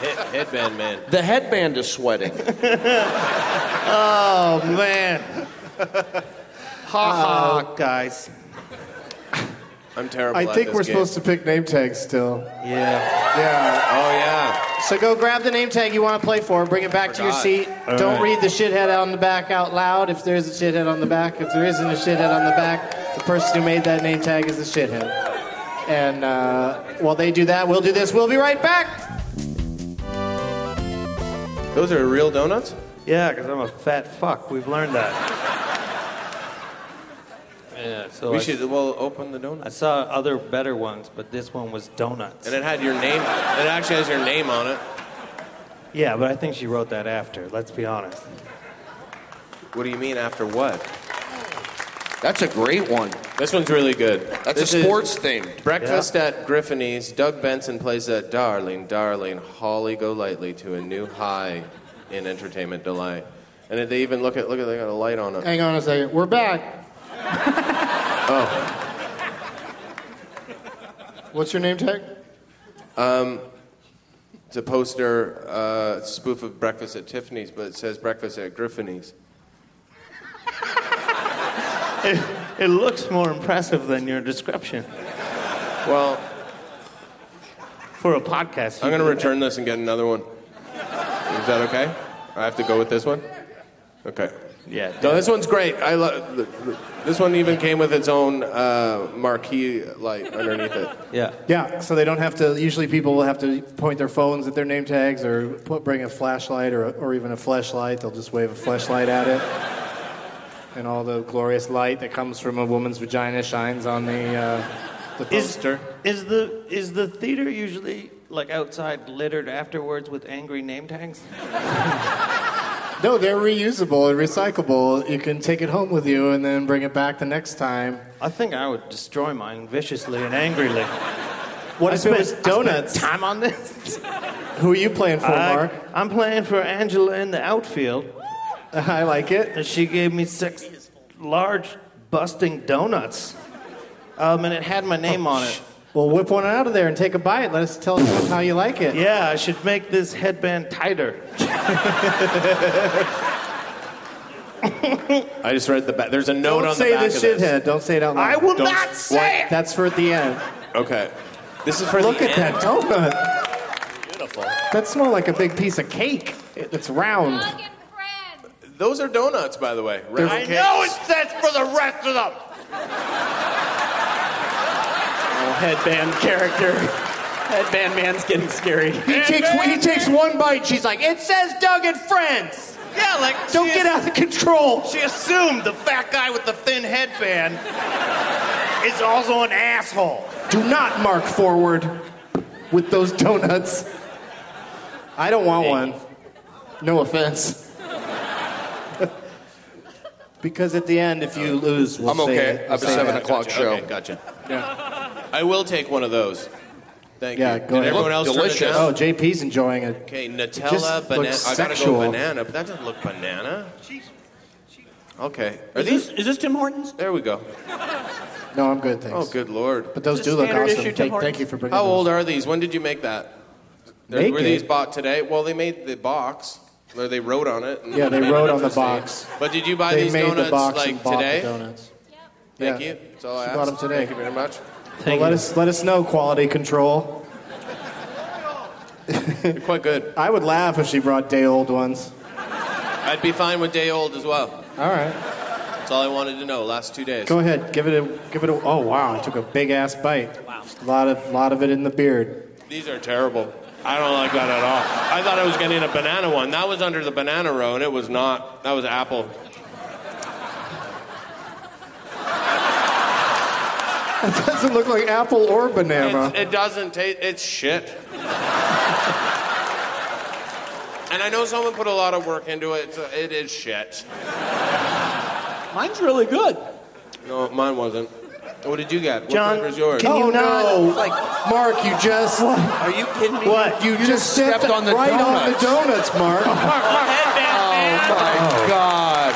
Head, headband man.
The headband is sweating.
Oh man. ha ha, guys.
I'm terrible.
Oh, I
at
think
this
we're
game.
supposed to pick name tags still.
Yeah.
Yeah.
Oh yeah.
So go grab the name tag you want to play for, bring it back to your
Forgot.
seat.
All
Don't
right.
read the shithead on the back out loud if there is a shithead on the back. If there isn't a shithead on the back, the person who made that name tag is the shithead. And uh, while they do that, we'll do this. We'll be right back.
Those are real donuts?
Yeah, because I'm a fat fuck. We've learned that. yeah, so
we
I-
should well open the donut.
I saw other better ones, but this one was donuts.
And it had your name. It actually has your name on it.
Yeah, but I think she wrote that after. Let's be honest.
What do you mean after what?
That's a great one.
This one's really good.
That's
This
a
is
sports themed.
Breakfast at Griffini's. Doug Benson plays that darling, darling Holly Golightly to a new high in entertainment delight. And they even look at look at they got a light on it.
Hang on a second. We're back.
Oh,
What's your name tag?
um, it's a poster uh, spoof of Breakfast at Tiffany's, but it says Breakfast at Griffini's.
It, it looks more impressive than your description.
Well,
for a podcast,
I'm going to return this and get another one. Is that okay? I have to go with this one? Okay.
Yeah.
No, this one's great. I love this one. Even came with its own uh, marquee light underneath it.
Yeah.
Yeah. So they don't have to. Usually, people will have to point their phones at their name tags or put, bring a flashlight or, or even a flashlight. They'll just wave a flashlight at it, and all the glorious light that comes from a woman's vagina shines on the uh, the
Is-
poster.
Is the is the theater usually like outside littered afterwards with angry name tags?
No, they're reusable and recyclable. You can take it home with you and then bring it back the next time.
I think I would destroy mine viciously and angrily.
What
I
if it
spent-
was
I spent
donuts?
time on this.
Who are you playing for,
I-
Mark?
I'm playing for Angela in the outfield.
I like it.
And she gave me six large busting donuts. Um, and it had my name on it.
Well, whip one out of there and take a bite. Let us tell us how you like it.
Yeah, I should make this headband tighter.
I just read the back. There's a note
Don't
on
say
the back
the
of this.
shithead. Don't say it out loud.
I will
Don't-
not say it!
That's for at the end.
Okay. This is for
Look
the
at
end.
that donut.
Beautiful.
That smells like a big piece of cake. It's round.
Those are donuts, by the way.
They're-
Round
I
cakes.
know
it's that's for the rest of them.
headband character. Headband man's getting scary.
He takes, he takes one bite. She's like, it says Doug and Friends.
Yeah, like
Don't
she
get out of control.
She assumed the fat guy with the thin headband is also an asshole.
Do not mark forward with those donuts. I don't want one. No offense. because at the end, if you lose, we'll
I'm
say
okay.
it. We'll
I'm
say
seven
it.
o'clock
Gotcha.
show.
Okay, gotcha. I will take one of those. Thank
Yeah,
you.
go
Did
ahead.
everyone else turn it down?
Oh, JP's enjoying it.
Okay,
just
Nutella, banana.
looks
I gotta
sexual.
go banana, but that doesn't look banana. Okay. Are these?
Is this Tim Hortons?
There we go.
No, I'm good. Thanks.
Oh, good lord.
But those
Just
do look
standard
awesome.
issue Tim
Thank,
Hortons.
thank you for bringing.
How
those.
old are these? When did you make that? They're-
Make
Were these
it?
bought today? Well, they made the box. Or they wrote on it. and
Yeah, they
made it
wrote on the
interesting.
box.
But did you buy
they
these
made
donuts
the box
like
and bought
today?
The donuts.
Thank
Yeah.
you. That's all I
She
asked.
bought 'em today.
Thank you very much.
Well, let us let us know quality control.
You're quite good.
I would laugh if she brought day old ones.
I'd be fine with day old as well.
All right,
That's all I wanted to know. Last two days.
go ahead. Give it a give it a. Oh wow, I took a big ass bite. Wow, a lot of lot of it in the beard.
These are terrible. I don't like that at all. I thought I was getting a banana one. That was under the banana row, and it was not. That was apple.
It doesn't look like apple or banana.
It's, it doesn't taste. It's shit. and I know someone put a lot of work into it. So it is shit.
Mine's really good.
No, mine wasn't. What did you get? What
John,
flavor's yours?
can
oh
you not-
no,
like-
Mark, you just
Are you kidding me?
What?
you, just, stepped,
on the
right on the donuts, Mark.
Headband man.
Oh, My God.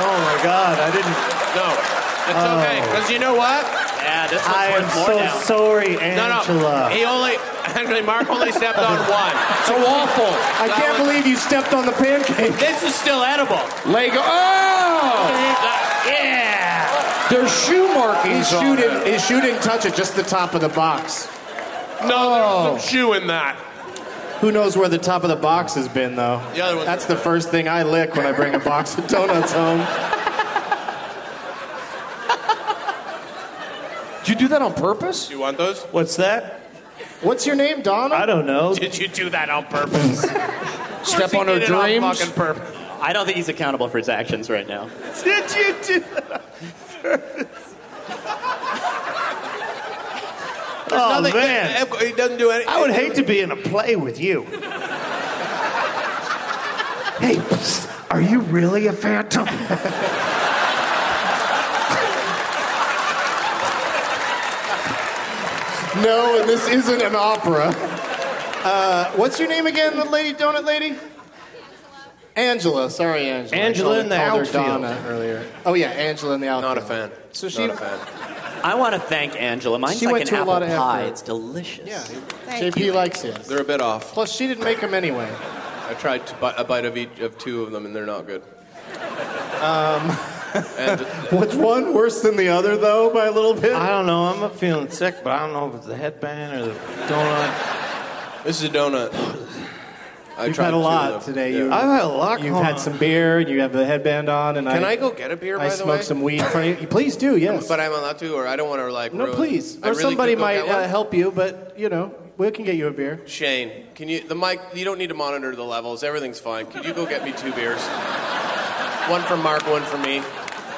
Oh my God, I didn't.
No, it's okay. Because you know what?
Yeah, this one's
I am
worth more
so
now.
sorry,
No, no.
uh,
Angela.
He only actually Mark only stepped on one. So awful.
I
That
can't
was-
believe you stepped on the pancake.
This is still edible.
Lego. Oh!
Yeah.
There's shoe
His
markings
shoe
on
didn't-
His shoe didn't touch it, just the top of the box.
No, there's some shoe in that.
Who knows where the top of the box has been, though?
The other one-
That's the first thing I lick when I bring a box of donuts home.
Did you do that on purpose?
You want those?
What's that?
What's your name, Donna?
I don't know.
Did you do that on purpose?
Step on her dreams.
fucking purpose.
I don't think he's accountable for his actions right now.
Did you do that on purpose? oh,
Nothing-
man.
He doesn't do any.
I would hate to be in a play with you. hey, psst, are you really a phantom?
No, and this isn't an opera. Uh, what's your name again, the lady donut lady? Angela. Sorry, Angela.
Angela
I called-
in the
called her
outfield.
Donna earlier. Oh yeah, Angela in the outfield.
Not a fan.
So she
Not a fan.
I want to thank Angela. Mine's
She
like
went
an
to a
apple
lot of
pie.
effort.
It's delicious. Yeah.
JP likes it.
They're a bit off.
Plus, she didn't make them anyway.
I tried to bite, a bite of each of two of them, and they're not good.
Um,
And
What's one worse than the other, though, by a little bit?
I don't know. I'm feeling sick, but I don't know if it's the headband or the donut.
this is a donut. I
You've
tried
had a
two of
lot
them.
today.
Yeah.
You,
I've had a lot
You've
going
had
on.
some beer, and you have the headband on, and
Can
I,
I go get a beer? By
I
the
smoked
way?
some weed in front of you. Please do, yes.
But I'm allowed to, or I don't want to like.
no,
ruin-
please. Or
I really
somebody
could go
might
get one.
uh, help you, but you know, we can get you a beer.
Shane, can you the mic? You don't need to monitor the levels. Everything's fine. Could you go get me two beers? one for Mark, one for me,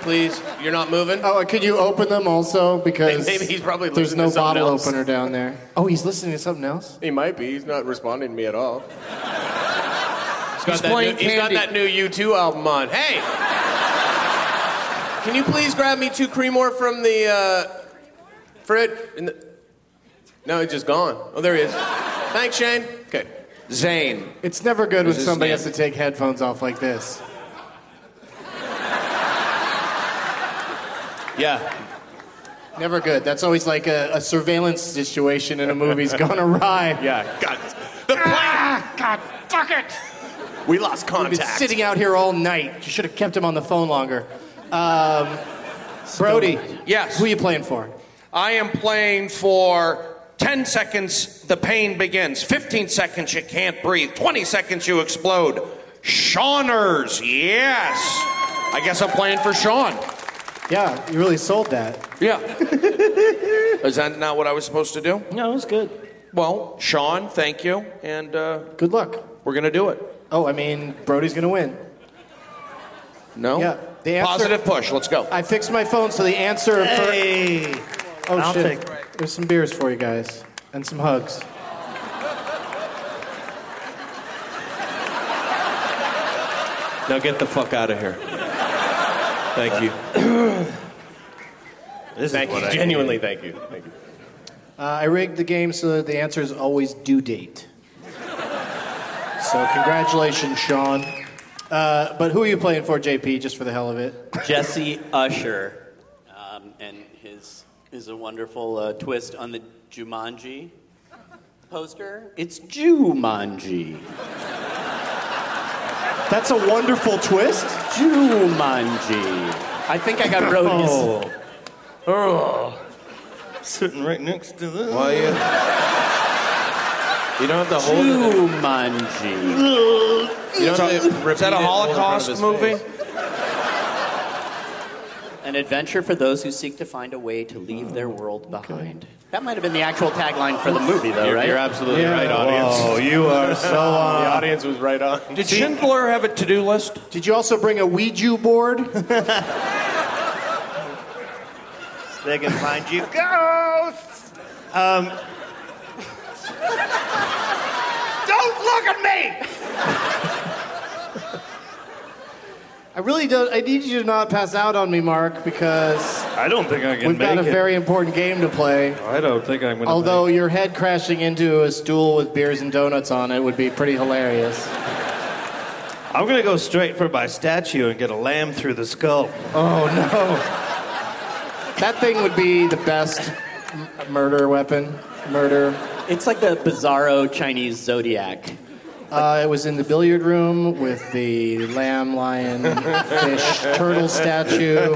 please. You're not moving.
Oh, could you open them also? Because
Maybe he's probably
there's
listening
no
to something
bottle
else.
opener down there. Oh, he's listening to something else.
He might be. He's not responding to me at all. He's got,
He's
that new,
playing
he's got
candy.
that new U2 album on. Hey, can you please grab me two Creamore from the uh, Fred? In the... No, he's just gone. Oh, there he is. Thanks, Shane. Okay.
Zane.
It's never good
Is
when
his
somebody
name-
has to take headphones off like this.
Yeah.
Never good. That's always like a, a surveillance situation in a movie's gone awry.
Yeah. God. The plane.
Ah, God, fuck it!
We lost
We've been
contact.
sitting out here all night. You should have kept him on the phone longer. Um, Brody,
Yes.
who you playing for?
I am playing for 10 seconds, the pain begins. 15 seconds, you can't breathe. 20 seconds, you explode. Shawners, yes. I guess I'm playing for Sean.
Yeah, you really sold that.
Yeah. Is that not what I was supposed to do?
No, it's good.
Well, Sean, thank you. And uh,
Good luck.
we're going to do it.
Oh, I mean, Brody's gonna win.
No?
Yeah, the answer-
Positive push. Let's go.
I fixed my phone, so the answer.
Hey.
For, oh
I'll
shit!
take-
There's some beers for you guys and some hugs.
Now get the fuck out of here. Thank you.
This
Thank
is what
you.
I
Genuinely, thank you. Thank you.
Uh, I rigged the game so that the answer is always due date. So congratulations, Sean. Uh, but who are you playing for, JP? Just for the hell of it.
Jesse Usher, um, and his is a wonderful uh, twist on the Jumanji poster. It's Jumanji.
That's a wonderful twist.
Jumanji. I think I got roadies.
Oh. Oh. Sitting right next to this.
Well, you, you don't have to hold it.
Jumanji.
You don't have to repeat
Is that a
it and hold it in front of
Holocaust
his
movie?
face.
An adventure for those who seek to find a way to leave their world behind. That might have been the actual tagline for the movie, though,
You're,
right?
you're absolutely
Yeah.
right, audience.
Oh, you are so
The
on.
audience was right on.
Did Schindler have a to do list?
Did you also bring a Ouija board?
They can find you ghosts. Um, Don't look at me!
I really don't. I need you to not pass out on me, Mark, because
I don't think I can
we've
make
got a
it.
very important game to play.
I don't think I'm going to.
Although your head crashing into a stool with beers and donuts on it would be pretty hilarious.
I'm going to go straight for my statue and get a lamb through the skull.
Oh no. That thing would be the best m- murder weapon. Murder.
It's like the bizarro Chinese zodiac.
Uh, it was in the billiard room with the lamb, lion, fish, turtle statue.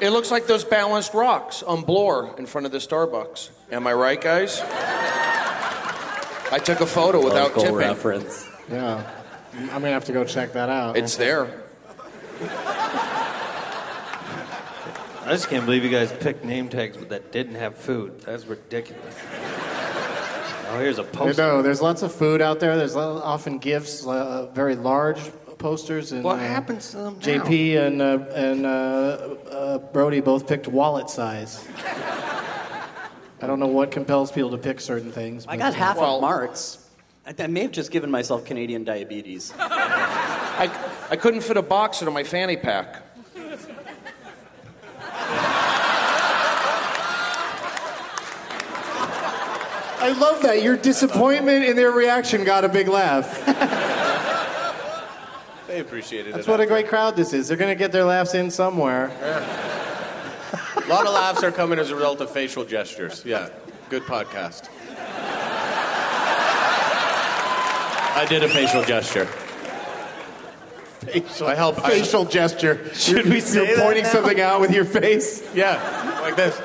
It looks like those balanced rocks on Bloor in front of the Starbucks. Am I right, guys? I took a photo without
Local
tipping.
reference. Yeah. I'm going to have to go check that out.
It's there.
I just can't believe you guys picked name tags that didn't have food. That's ridiculous. Oh, here's a
I
poster.
know, there's lots of food out there. There's lo- often gifts, uh, very large posters. And,
What
uh,
happens to them now?
JP and, uh, and uh, uh, Brody both picked wallet size. I don't know what compels people to pick certain things.
I
but-
got half of marks. I, I may have just given myself Canadian diabetes.
I, I couldn't fit a box into my fanny pack.
I love that. Your disappointment in their reaction got a big laugh.
They appreciated
That's
it.
what a great crowd this is. They're going to get their laughs in somewhere.
A lot of laughs are coming as a result of facial gestures. Yeah. Good podcast. I did a facial gesture.
Facial,
I help- I-
facial gesture.
Should we
You're-
say
You're
that
pointing
now?
something out with your face.
Yeah, like this.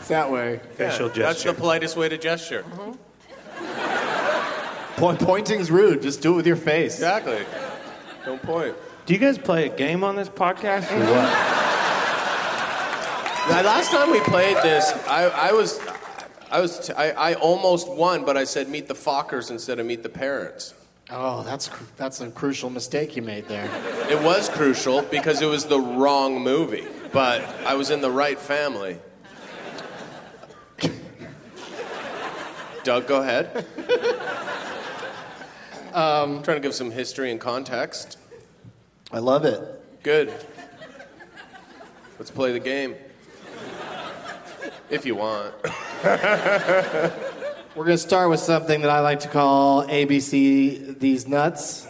It's that way.
Yeah, That's the politest way to gesture.
Po- pointing's rude. Just do it with your face.
Exactly. Don't point.
Do you guys play a game on this podcast or what?
Now, last time we played this, I, I was, I was, t- I, I almost won, but I said meet the Fockers instead of meet the parents.
Oh, that's cr- that's a crucial mistake you made there.
It was crucial because it was the wrong movie, but I was in the right family. Doug, go ahead. Um, trying to give some history and context.
I love it.
Good. Let's play the game. If you want.
We're going to start with something that I like to call ABC These Nuts.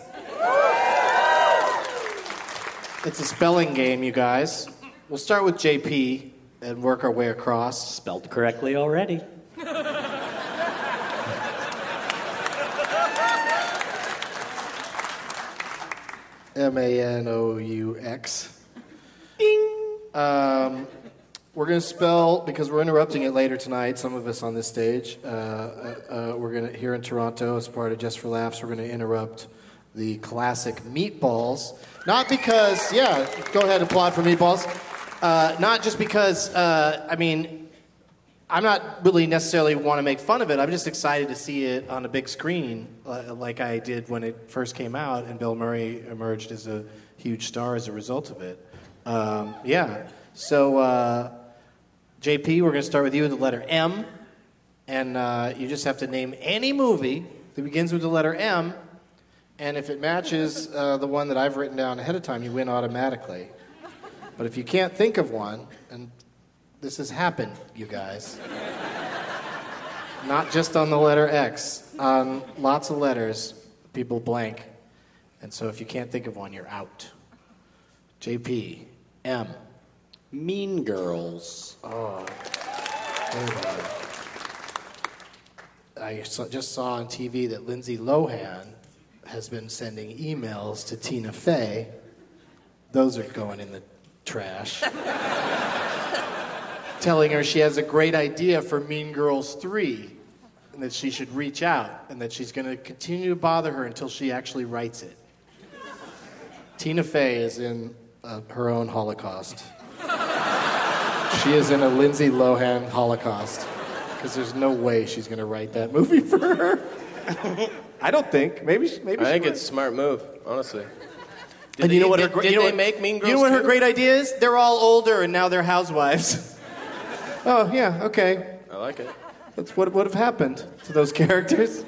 It's a spelling game, you guys. We'll start with JP and work our way across.
Spelled correctly already.
M A N O U X. Ding. Um, we're going to spell, because we're interrupting it later tonight, some of us on this stage. Uh, uh, uh, we're going to, here in Toronto, as part of Just for Laughs, we're going to interrupt the classic meatballs. Not because, yeah, go ahead, applaud for meatballs. Uh, not just because, uh, I mean, I'm not really necessarily want to make fun of it. I'm just excited to see it on a big screen, uh, like I did when it first came out, and Bill Murray emerged as a huge star as a result of it. Um, yeah. So, uh, JP, we're going to start with you with the letter M, and uh, you just have to name any movie that begins with the letter M, and if it matches uh, the one that I've written down ahead of time, you win automatically. But if you can't think of one, and this has happened, you guys. Not just on the letter X, on lots of letters, people blank. And so if you can't think of one, you're out. JP, M.
Mean Girls.
Oh. There we go. I saw- just saw on TV that Lindsay Lohan has been sending emails to Tina Fey. Those are going in the trash. Telling her she has a great idea for Mean Girls 3 and that she should reach out and that she's going to continue to bother her until she actually writes it. Tina Fey is in uh, her own Holocaust. She is in a Lindsay Lohan Holocaust because there's no way she's going to write that movie for her. I don't think. Maybe. she- Maybe.
I
she
think
would.
it's a smart move, honestly. Did
and you
they-
know what?
Did,
her, gr-
did
you know
they
what-
make Mean Girls?
You know what her
too?
great idea is? They're all older and now they're housewives. oh yeah. Okay.
I like it.
That's what would have happened to those characters.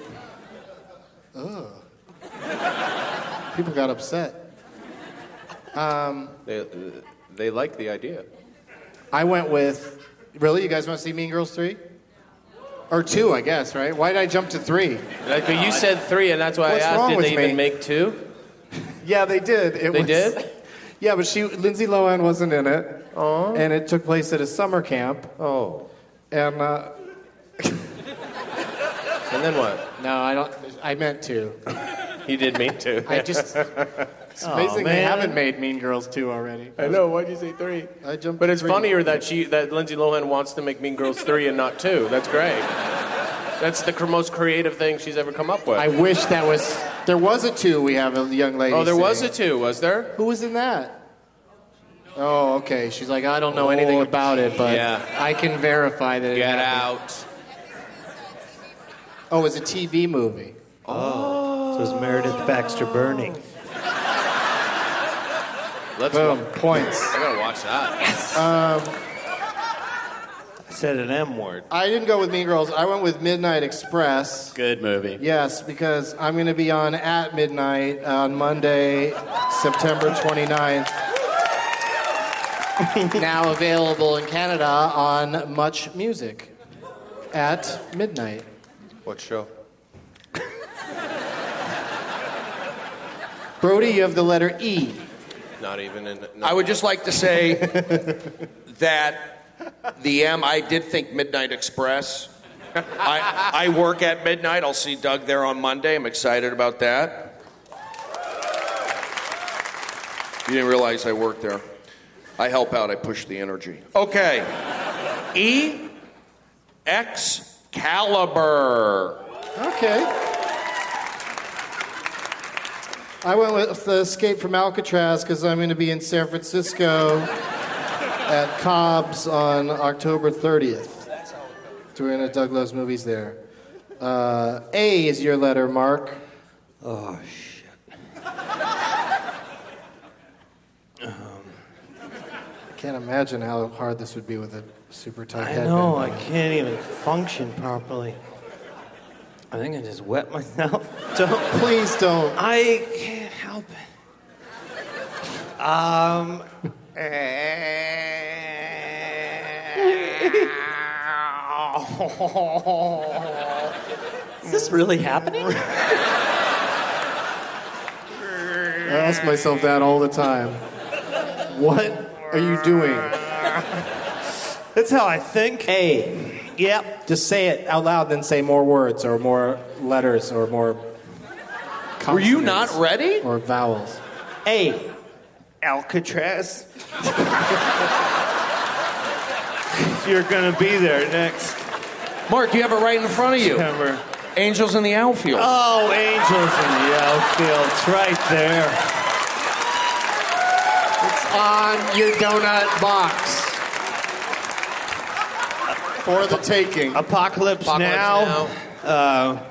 Oh. People got upset. Um,
They, uh, they like the idea.
I went with. Really, you guys want to see Mean Girls three? Or two, I guess, right? Why did I jump to three?
Like, but you said three, and that's why
What's
I asked.
wrong
Did
with
they
me?
even make two?
Yeah, they did. It
They
was,
did?
Yeah, but she Lindsay Lohan wasn't in it. Oh. And it took place at a summer camp. Oh. And uh,
And then what?
No, I don't. I meant to.
You did mean to.
I just- It's
Oh,
amazing they haven't made Mean Girls 2 already.
I know. Why'd you say three?
I jumped.
But it's
three.
funnier that she that Lindsay Lohan wants to make Mean Girls three and not two. That's great. That's the cr- most creative thing she's ever come up with.
I wish that was. There was a two. We have a young lady.
Oh, there was a
singing.
two, was there?
Who was in that? Oh, okay. She's like, I don't know anything about it, but
Oh, yeah.
I can verify that. it
Get
happened.
out.
Oh, it was a TV movie.
Oh. So it's Meredith Baxter Burning.
Let's
Boom. Points.
I gotta watch that.
Um,
I said an M word.
I didn't go with Mean Girls. I went with Midnight Express.
Good movie.
Yes, because I'm going to be on at midnight on Monday, September 29th. now available in Canada on Much Music at midnight.
What show?
Brody, you have the letter E.
Not even in.
I would just like to say that the M, I did think Midnight Express. I, I work at midnight. I'll see Doug there on Monday. I'm excited about that. You didn't realize I work there. I help out, I push the energy. Okay. E Excalibur.
Okay. I went with the Escape from Alcatraz because I'm going to be in San Francisco at Cobb's on October 30th, doing a Doug Loves Movies there. Uh, a is your letter, Mark.
Oh, shit.
Um, I can't imagine how hard this would be with a super tight
I
headband.
know, I
on.
can't even function properly. I think I just wet myself. Don't,
please don't.
I can't help it. Um.
Is this really happening?
I ask myself that all the time. What are you doing?
That's how I think.
A.
Yep.
Just say it out loud, then say more words or more letters or more.
Were you
consonants
not ready?
Or vowels.
A. Alcatraz. You're gonna be there next.
Mark, you have it right in front of you.
September.
Angels in the outfield.
Oh, angels in the outfield. It's right there.
It's on your donut box. For the taking.
Apocalypse, now. Uh,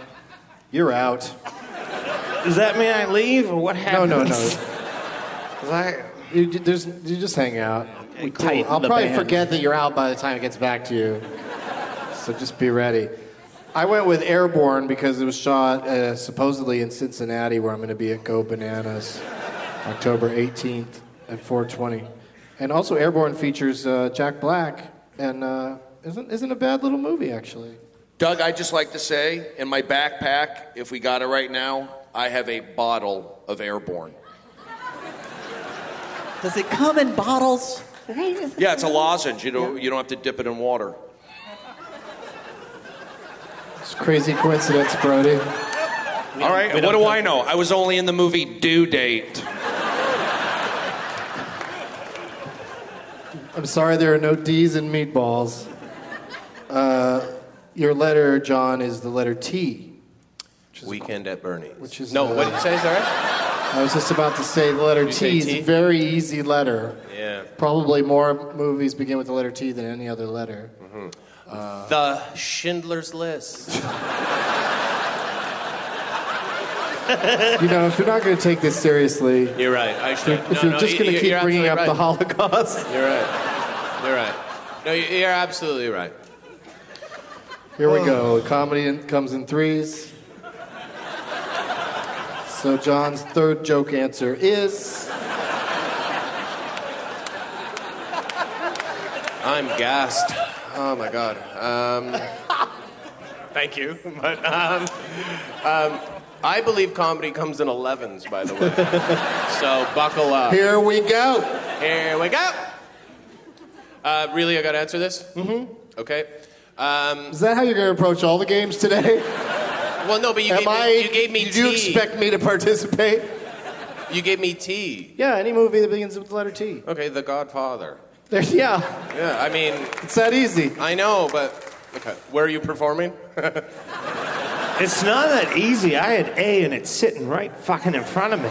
You're out.
does that mean I leave or what
No,
happens?
no, no.
'Cause I,
You, ju- there's, you just hang out.
We
Cool.
tighten
I'll
the
probably
band.
forget that you're out by the time it gets back to you. So just be ready. I went with Airborne because it was shot uh, supposedly in Cincinnati, where I'm going to be at Go Bananas, October 18th at 4:20. And also, Airborne features uh, Jack Black, and uh, isn't isn't a bad little movie actually.
Doug, I'd just like to say in my backpack, if we got it right now, I have a bottle of airborne.
Does it come in bottles?
Yeah, it's a lozenge. You don't, you don't have to dip it in water.
It's a crazy coincidence, Brody.
All right,
we
what
don't
do I know? I was only in the movie Due Date.
I'm sorry, there are no D's in meatballs. Uh, your letter, John, is the letter T.
Weekend at Bernie's.
Which is,
no.
uh,
what did you say, Sarah?
I was just about to say the letter
Did you say
T is
T?
a very easy letter.
Yeah.
Probably more movies begin with the letter T than any other letter.
the Schindler's List.
You know, if you're not going to take this seriously, if
You're right. I should.
you're, just going to keep bringing up the Holocaust,
You're right. You're right. No, you- you're absolutely right.
here we
Oh.
go. Comedy in, comes in threes. So John's third joke answer is
I'm gassed. Oh my god. Um, thank you. But um, um, I believe comedy comes in 11s, by the way. so buckle up.
here we go.
Here we go. Uh, really, I got to answer this. Mm-hmm. Okay. Um,
Is that how you're going to approach all the games today?
Well, no, but you
Am
gave
I-
me you gave me
you
tea.
do expect me to participate?
You gave me tea.
Yeah, any movie that begins with the letter T.
Okay, The Godfather.
There, yeah.
Yeah, I mean,
it's that easy.
I know, but okay. Where are you performing?
It's not that easy. I had A and it's sitting right fucking in front of me.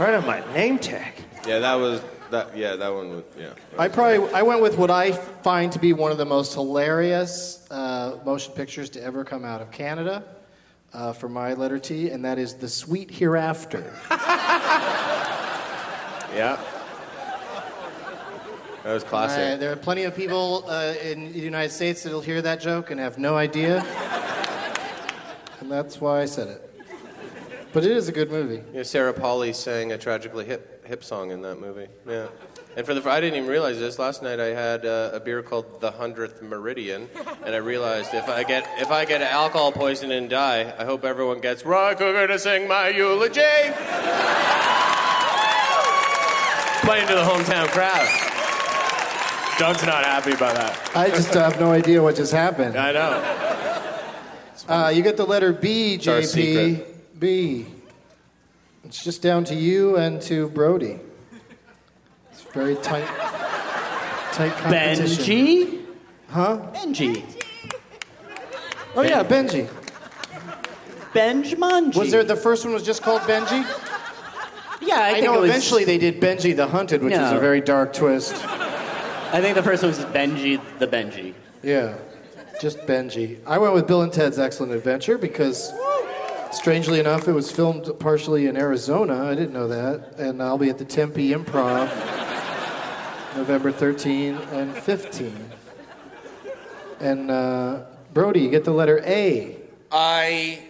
Right on my name tag.
yeah, that was that. Yeah, that one was. Yeah.
I probably I went with what I find to be one of the most hilarious uh, motion pictures to ever come out of Canada uh, for my letter T, and that is The Sweet Hereafter.
Yeah. That was classic.
Uh, there are plenty of people uh, in the United States that'll hear that joke and have no idea, and that's why I said it. But it is a good movie.
Yeah, Sarah Pauli sang a tragically hip hip song in that movie. Yeah, and for the I didn't even realize this. Last night I had uh, a beer called the Hundredth Meridian, and I realized if I get if I get alcohol poisoning and die, I hope everyone gets Roy Cougar to sing my eulogy. Playing to the hometown crowd. Doug's not happy about that.
I just have no idea what just happened.
I know.
Uh, you get the letter B,
our
JP. B. It's just down to you and to Brody. It's very tight, tight competition.
Benji?
Huh?
Benji.
Oh yeah, Benji.
Benjmanji.
Was there the first one was just called Benji?
Yeah, I, think
know.
it was,
Eventually, they did Benji the Hunted, which is
No.
a very dark twist.
I think the first one was Benji the Benji.
Yeah, just Benji. I went with Bill and Ted's Excellent Adventure because, strangely enough, it was filmed partially in Arizona. I didn't know that. And I'll be at the Tempe Improv November 13 and 15. And uh, Brody, you get the letter A.
I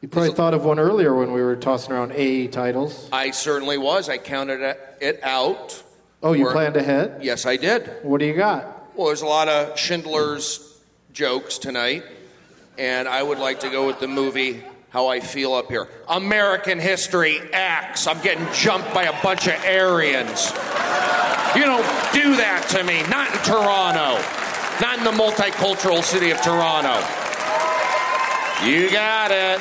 You probably thought of one earlier when we were tossing around A titles.
I certainly was. I counted it out.
Oh, you
Were-
planned ahead?
Yes, I did.
What do you got?
Well, there's a lot of Schindler's jokes tonight, and I would like to go with the movie How I Feel Up Here. American History X. I'm getting jumped by a bunch of Aryans. You don't do that to me. Not in Toronto. Not in the multicultural city of Toronto. You got it.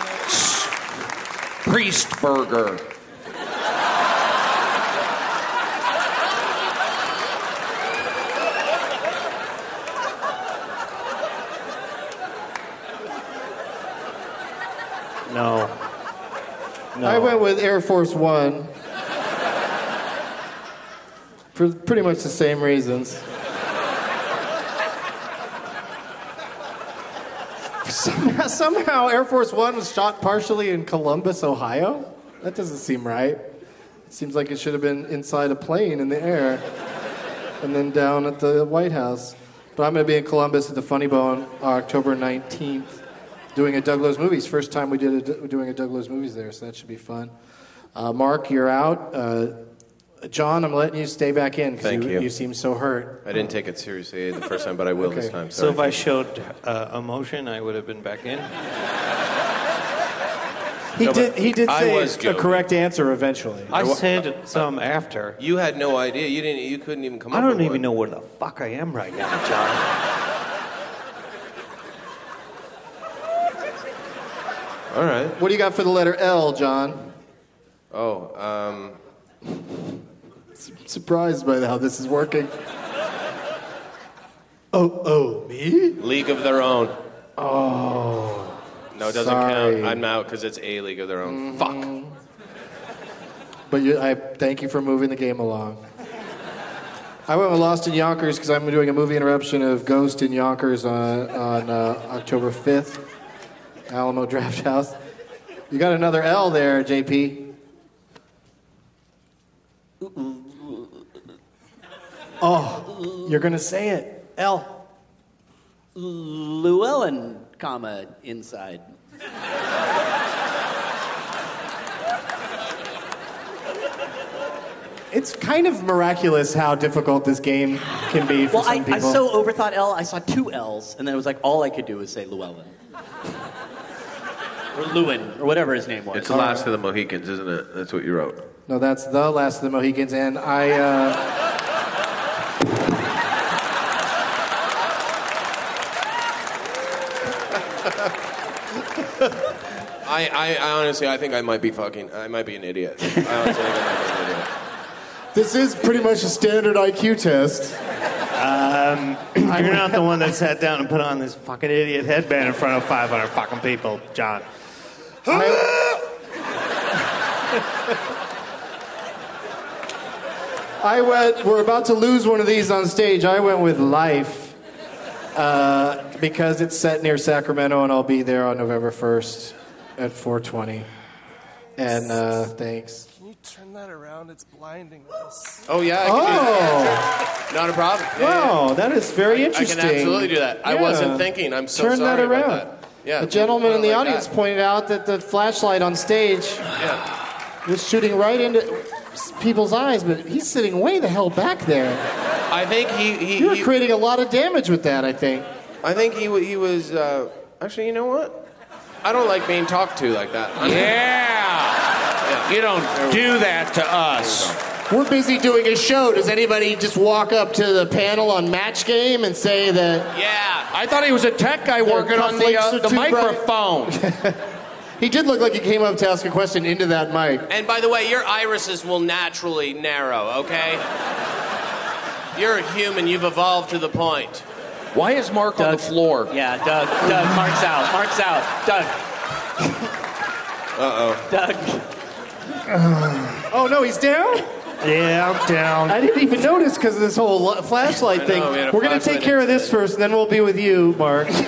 Priest Burger.
No. No.
I went with Air Force One for pretty much the same reasons. somehow, somehow, Air Force One was shot partially in Columbus, Ohio. That doesn't seem right. It seems like it should have been inside a plane in the air and then down at the White House. But I'm going to be in Columbus at the Funny Bone October 19th doing a Douglas Movies. First time we did a, doing a Douglas Movies there, so that should be fun. Uh, Mark, you're out. Uh, John, I'm letting you stay back in because
Thank
you,
you.
seem so hurt.
I didn't take it seriously the first time, but I will this time.
So
Sorry.
if I showed uh, emotion, I would have been back in.
He
No,
did.
but
He did
I
say
was
a
joking.
correct answer eventually.
I said some after.
you had no idea. You didn't. You couldn't even come
I
up.
don't
with
even
one.
know where the fuck I am right now, John.
All right.
What do you got for the letter L, John?
Oh, um,
Surprised by how this is working. Oh, oh, me?
um, League of Their Own.
Oh.
No, it doesn't
Sorry.
count. I'm out because it's a League of Their Own. Fuck.
But you, I thank you for moving the game along. I went with Lost in Yonkers because I'm doing a movie interruption of Ghost in Yonkers on, on uh, October 5th, Alamo Draft House. You got another L there, JP. Oh, you're going to say it. L.
Llewellyn, comma, inside.
It's kind of miraculous how difficult this game can be for
Well,
some
I,
people.
I so overthought L, I saw two L's, and then it was like all I could do was say Llewellyn. or Lewin, or whatever his name was.
It's the last of the Mohicans, isn't it? That's what you wrote.
No, that's the last of the Mohicans, and I. Uh...
I, I, I honestly, I think I might be fucking. I might be an idiot. I honestly think I might be an idiot.
This is pretty much a standard IQ test.
Um, you're not the one that sat down and put on this fucking idiot headband in front of 500 fucking people, John.
I went. We're about to lose one of these on stage. I went with Life uh, because it's set near Sacramento, and I'll be there on November first at 4:20. And uh, thanks.
Can you turn that around? It's blinding us.
Oh yeah, I can do that. Not a problem. Yeah,
Wow,
yeah.
that is very
I-
interesting.
I can absolutely do that. I
Yeah.
wasn't thinking. I'm so
Turn
sorry
that around.
about that. Yeah,
A gentleman in the
like
audience
that.
pointed out that the flashlight on stage
Yeah.
was shooting right into people's eyes, but he's sitting way the hell back there.
I think he. he
You were
he-
creating a lot of damage with that, I think.
I think he wa- he was. Uh, actually, you know what? I don't like being talked to like that. I'm-
Yeah. You don't do that to us.
We're busy doing a show. Does anybody just walk up to the panel on Match Game and say that?
Yeah. I thought he was a tech guy working on the,
cufflinks
uh,
are
the
too bright.
microphone.
He did look like he came up to ask a question into that mic.
And by the way, your irises will naturally narrow. Okay. You're a human. You've evolved to the point.
Why is Mark on the floor?
Yeah, Doug. Doug, Mark's out. Mark's out. Doug.
Uh oh.
Doug.
Oh no, he's down.
Yeah, I'm down.
I didn't even notice because of this whole lo- flashlight
I know,
thing.
we had a
are gonna
flashlight
take care of this first, and then we'll be with you, Mark.
Your
I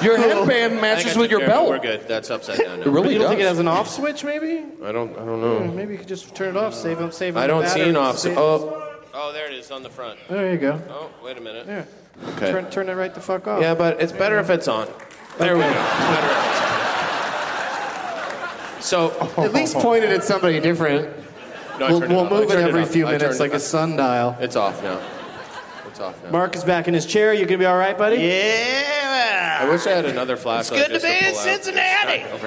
headband
think I
matches
took
with your
care of it. We're
belt.
good. That's upside down. now.
It really
you don't think it
does.
has an off switch? Maybe.
I don't. I don't know.
Hmm, Maybe you could just turn it off. Save him. Save him.
I don't
the
see an
batteries.
off.
Save-
Oh. Oh, there it is on the front.
There you go.
Oh, wait a minute.
There.
Okay.
Turn, turn it right the fuck off.
Yeah, but it's better if it's on. There we go. It's better if it's on. So
At least point it at somebody different.
No, I
we'll
turned it
we'll
off. I
move it
turned
every
off.
few
I
minutes
turned
like
it
a sundial.
off. It's off now. It's off now.
Mark is back in his chair. You gonna be all right, buddy?
Yeah.
I wish I had another flashlight.
good to
just
be in
pull out.
Cincinnati.
Over.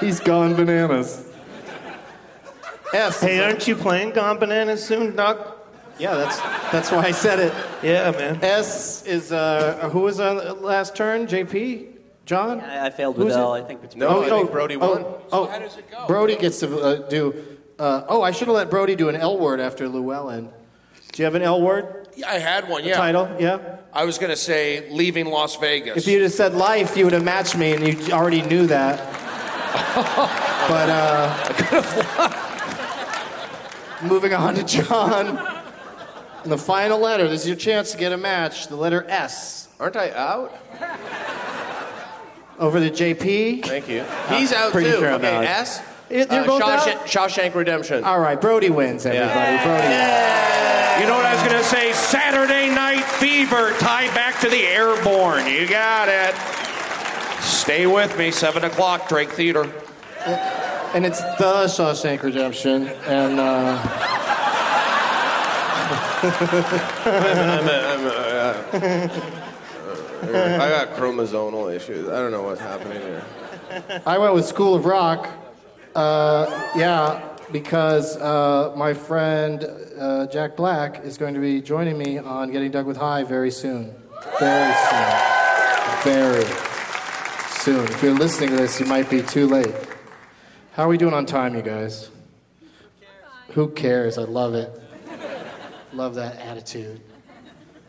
He's gone bananas. Yes.
Hey, aren't you playing Gone Bananas soon, Doc?
Yeah, that's that's why I said it.
Yeah, man.
S is uh, who was on the last turn? JP, John.
I, I failed with
Who's it?
L. I think between.
No, I think Brody
oh,
won.
Oh, how does it go? Brody gets to uh, do. Uh, oh, I should have let Brody do an L word after Llewellyn. Do you have an L word
Yeah, I had one, yeah.
title? Yeah.
I was going to say leaving Las Vegas.
If you'd have said life, you would have matched me, and you already knew that. but uh, moving on to John. And the final letter. This is your chance to get a match. The letter S
Aren't I out?
over the JP.
Thank you. He's out
pretty
too.
sure I'm
okay,
out.
S. Uh,
It- they're both out?
Shawshank, Shawshank Redemption.
All right, Brody wins, everybody. Brody.
You know what I was going to say? Saturday Night Fever, tied back to the airborne. You got it. Stay with me, 7 o'clock, Drake Theater.
And it's the Shawshank Redemption. And uh,
I'm a, I'm a, uh, uh, I got chromosomal issues. I don't know what's happening here.
I went with School of Rock. Uh, yeah, because uh, my friend uh, Jack Black is going to be joining me on Getting Dug with High very soon. Very soon. Very soon. If you're listening to this, you might be too late. How are we doing on time, you guys? Who cares? I love it. Love that attitude.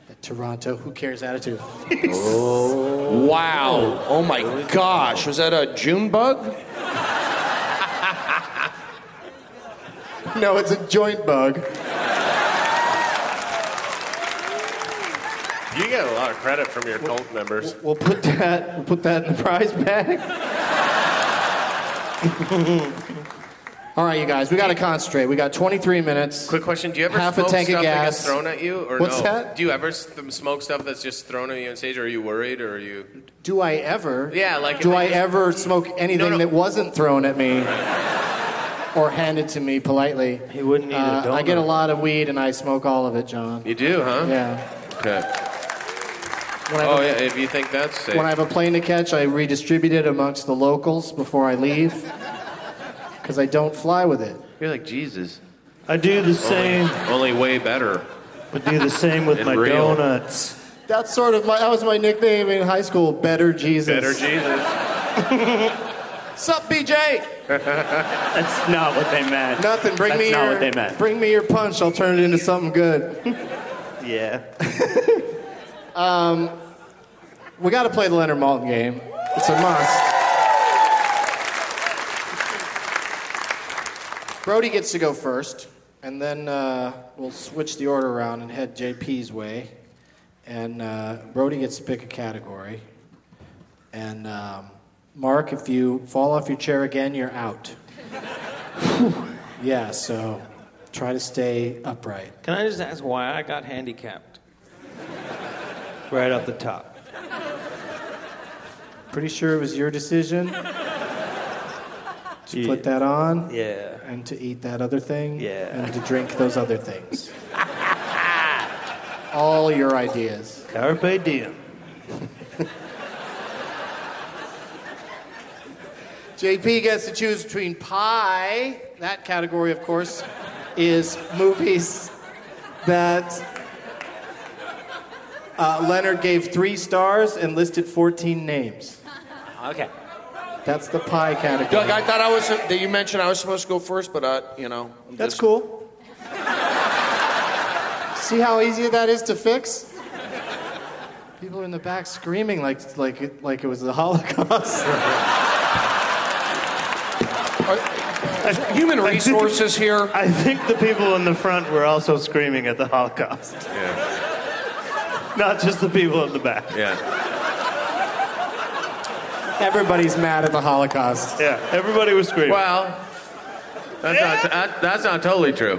That Toronto, who cares attitude.
Wow. Oh my gosh. Was that a June bug?
No, it's a joint bug.
You get a lot of credit from your cult members.
We'll put that. We'll put that in the prize bag. All right, you guys, we got to concentrate. We got 23 minutes.
Quick question: Do you ever
Half a
smoke
tank of
stuff that
gas.
gets thrown at you, or
What's
no?
that?
Do you ever s- smoke stuff that's just thrown at you on stage? Or are you worried, or are you?
Do I ever?
Yeah, like if
Do
they
I
just-
ever smoke anything
no.
that wasn't thrown at me or handed to me politely?
He wouldn't eat a
Uh, I get a
donut.
lot of weed and I smoke all of it, John.
You do, huh?
Yeah.
Okay.
When I have
Oh
a-
yeah. If you think that's safe.
When I have a plane to catch, I redistribute it amongst the locals before I leave because I don't fly with it.
You're like Jesus.
I do the same.
Only way better.
I do the same with
And
my
real.
donuts.
That's sort of my that was my nickname in high school. Better Jesus.
Better Jesus.
Sup, BJ?
That's not what they meant.
Nothing. Bring
That's
me
not
your
what they meant.
bring me your punch. I'll turn it into something good.
Yeah.
Um, we got to play the Leonard Maltin game. It's a must. Brody gets to go first, and then uh, we'll switch the order around and head JP's way. And uh, Brody gets to pick a category. And um, Mark, if you fall off your chair again, you're out. yeah, so try to stay upright.
Can I just ask why I got handicapped? Right off the top.
Pretty sure it was your decision to put that on.
Yeah.
And to eat that other thing.
Yeah.
And to drink those other things. All your ideas.
Carpe diem.
JP gets to choose between pie, that category, of course, is movies that uh, Leonard gave three stars and listed 14 names.
Okay.
That's the pie category.
Doug, I thought I was. uh, That you mentioned I was supposed to go first, but uh, you know. I'm
That's
just-
cool. See how easy that is to fix? People are in the back screaming like like it, like it was the Holocaust.
Human resources here.
I think the people in the front were also screaming at the Holocaust.
Yeah.
Not just the people in the back.
Yeah.
Everybody's mad at the Holocaust.
Yeah. Everybody was screaming.
Well, that's not, that, that's not totally true.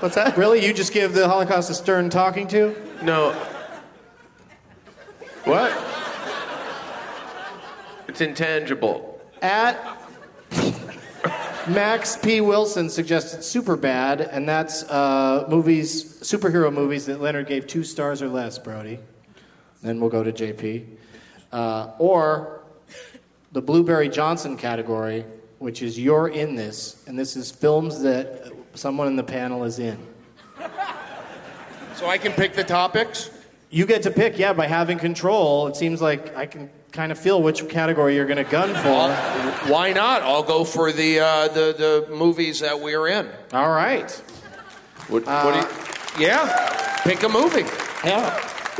What's that? Really? You just give the Holocaust a stern talking to?
No. What? It's intangible.
At Max P. Wilson suggested Superbad, and that's uh, movies, superhero movies that Leonard gave two stars or less, Brody. Then we'll go to JP. Uh, or the Blueberry Johnson category, which is You're in This, and this is films that someone in the panel is in.
So I can pick the topics.
You get to pick, yeah, by having control. It seems like I can kind of feel which category you're going to gun
Uh-huh.
for.
Why not? I'll go for the uh, the the movies that we're in.
All right.
What, what do you, yeah. Pick a movie.
Yeah.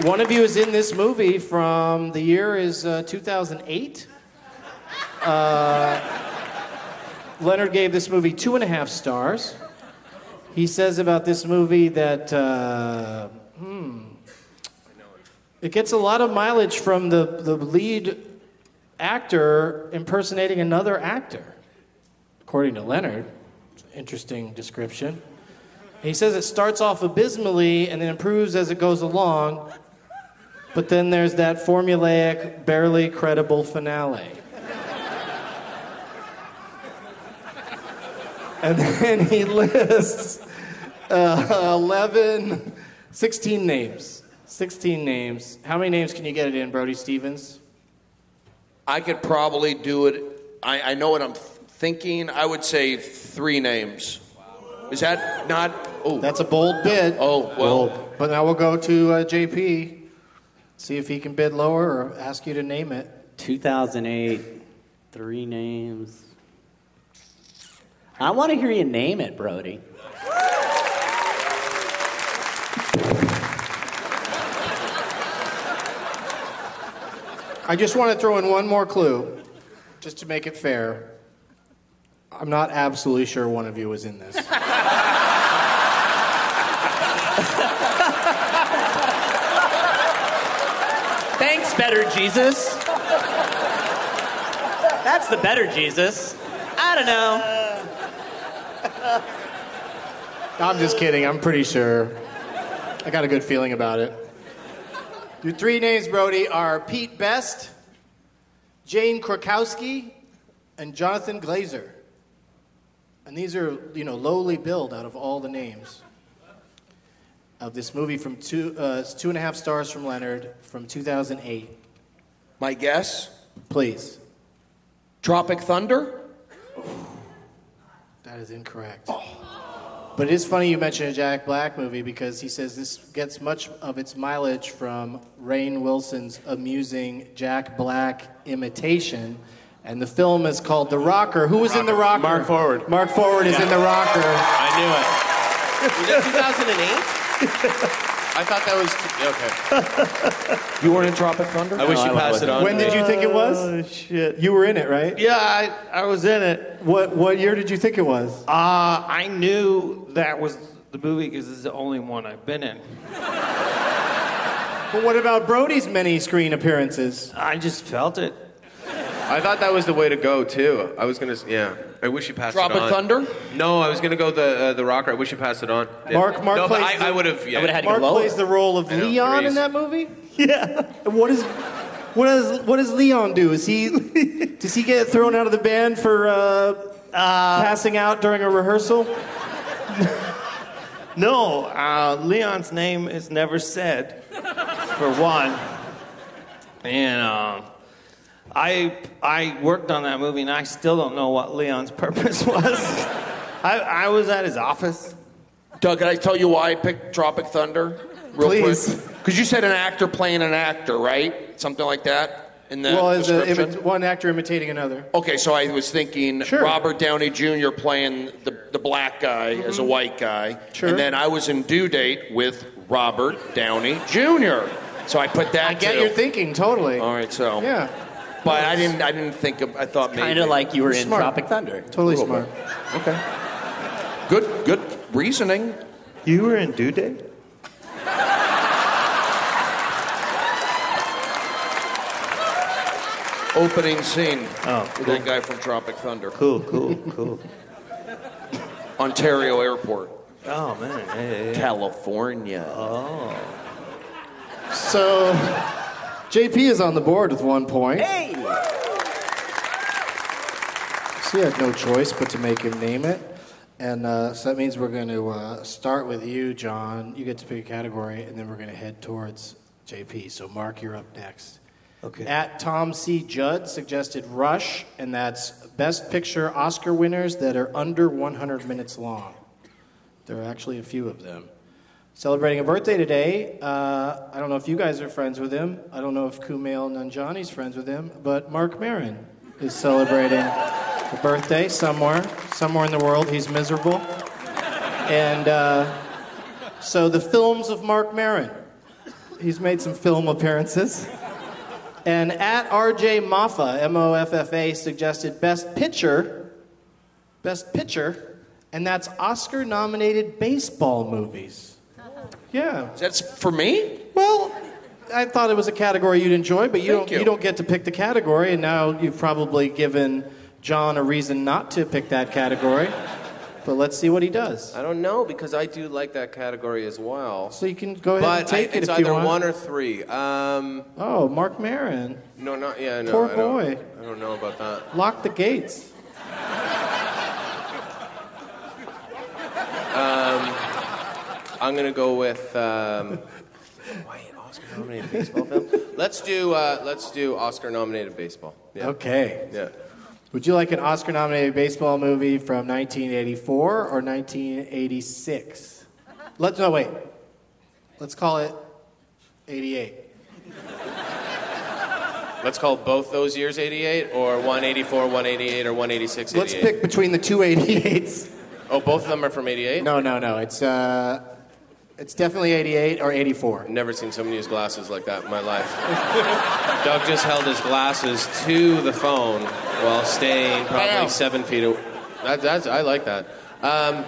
One of you is in this movie from the year is uh, 2008. Uh, Leonard gave this movie two and a half stars. He says about this movie that uh, hmm, it gets a lot of mileage from the, the lead actor impersonating another actor, according to Leonard. Interesting description. He says it starts off abysmally and then improves as it goes along, but then there's that formulaic, barely credible finale. And then he lists uh, 11, 16 names. 16 names. How many names can you get it in, Brody Stevens?
I could probably do it. I, I know what I'm thinking. I would say three names. Is that not? Oh,
that's a bold bid.
Oh well.
But now we'll go to uh, JP, see if he can bid lower or ask you to name it.
2008, three names. I want to hear you name it, Brody.
I just want to throw in one more clue, just to make it fair. I'm not absolutely sure one of you was in this.
Thanks, better Jesus. That's the better Jesus. I don't know.
I'm just kidding. I'm pretty sure. I got a good feeling about it. Your three names, Brody, are Pete Best, Jane Krakowski, and Jonathan Glazer. And these are, you know, lowly billed out of all the names of this movie from two, uh, it's two and a half stars from Leonard from 2008.
My guess?
Please.
Tropic Thunder?
That is incorrect. But it is funny you mentioned a Jack Black movie because he says this gets much of its mileage from Rain Wilson's amusing Jack Black imitation. And the film is called The Rocker. Who was in The Rocker? Mark Forward. Mark Forward is in The Rocker.
I knew it. Was it 2008? I thought that was okay.
You weren't in Tropic Thunder?
When did you think it was? Oh, shit. You were in it, right?
Yeah, I, I was in it.
What what year did you think it was?
Uh, I knew that was the movie because it's the only one I've been in.
But what about Brody's many screen appearances?
I just felt it.
I thought that was the way to go too. I was gonna, yeah. I wish you passed
Drop
it
a
Uh,
on.
thunder?
No, I was gonna go the uh, the rocker. I wish you passed it on.
Mark Mark
no, but
plays
I,
the-
I would have. Yeah.
Mark plays the role of
I know,
Leon in
Reese.
that movie? Yeah. What is what does what does Leon do? Is he does he get thrown out of the band for uh, passing out during a rehearsal?
No, uh, Leon's name is never said, for one. And um, I, I worked on that movie, and I still don't know what Leon's purpose was. I, I was at his office.
Doug, can I tell you why I picked Tropic Thunder? Real Please. Because you said an actor playing an actor, right? Something like that in the
well, is a,
description.
imi- one actor imitating another.
okay, so I was thinking
Sure.
Robert Downey Jr. playing the, the black guy as a white guy.
Mm-hmm. Sure.
And then I was in due date with Robert Downey Jr. So I put that. I
get your thinking totally.
All right, so
Yeah.
But I didn't. I didn't think. Of, I thought maybe
Kind of like you were in
Smart.
Tropic Thunder.
Totally
Little
smart.
bit. Okay. Good. Good reasoning.
You were in Due Date?
Opening scene.
Oh,
with
cool.
that guy from Tropic Thunder.
Cool, cool, cool.
Ontario Airport,
Oh, man. Hey, hey, hey.
California.
Oh.
So JP is on the board with one point.
Hey!
She had no choice but to make him name it. And uh, so that means we're going to uh, start with you, John. You get to pick a category, and then we're going to head towards JP. So, Mark, you're up next.
Okay.
At Tom C. Judd suggested Rush, and that's Best Picture Oscar winners that are under 100 minutes long. There are actually a few of them. Celebrating a birthday today. Uh, I don't know if you guys are friends with him. I don't know if Kumail Nanjiani's friends with him, but Mark Marin is celebrating a birthday somewhere, somewhere in the world. He's miserable. And uh, so the films of Mark Marin. He's made some film appearances. And at RJ Maffa, M O F F A, suggested Best Picture, Best Picture, and that's Oscar nominated baseball movies. Yeah.
That's for me.
Well, I thought it was a category you'd enjoy, but you
Thank
don't, you.
you.
don't get to pick the category, and now you've probably given John a reason not to pick that category. But let's see what he does.
I don't know because I do like that category as well.
So you can go ahead
but
and take
I,
it
it's
if
either
you want.
one or three. Um,
oh, Mark Marin.
no, not yeah, no.
Poor
I don't,
boy.
I don't know about that.
Lock the gates.
Um, I'm gonna go with. Um, wait, Oscar-nominated baseball film. Let's do. Uh, let's do Oscar-nominated baseball. Yeah.
Okay.
Yeah.
Would you like an Oscar nominated baseball movie from 1984 or 1986? Let's no wait. Let's call it 88.
Let's call both those years 88 or 184, 188, or 186, 88.
Let's pick between the two 88s.
Oh, both of them are from 88?
No, no, no. It's uh it's definitely 88 or 84.
Never seen someone use glasses like that in my life. Doug just held his glasses to the phone while staying probably
Bam.
seven feet away. That, that's, I like that. Um,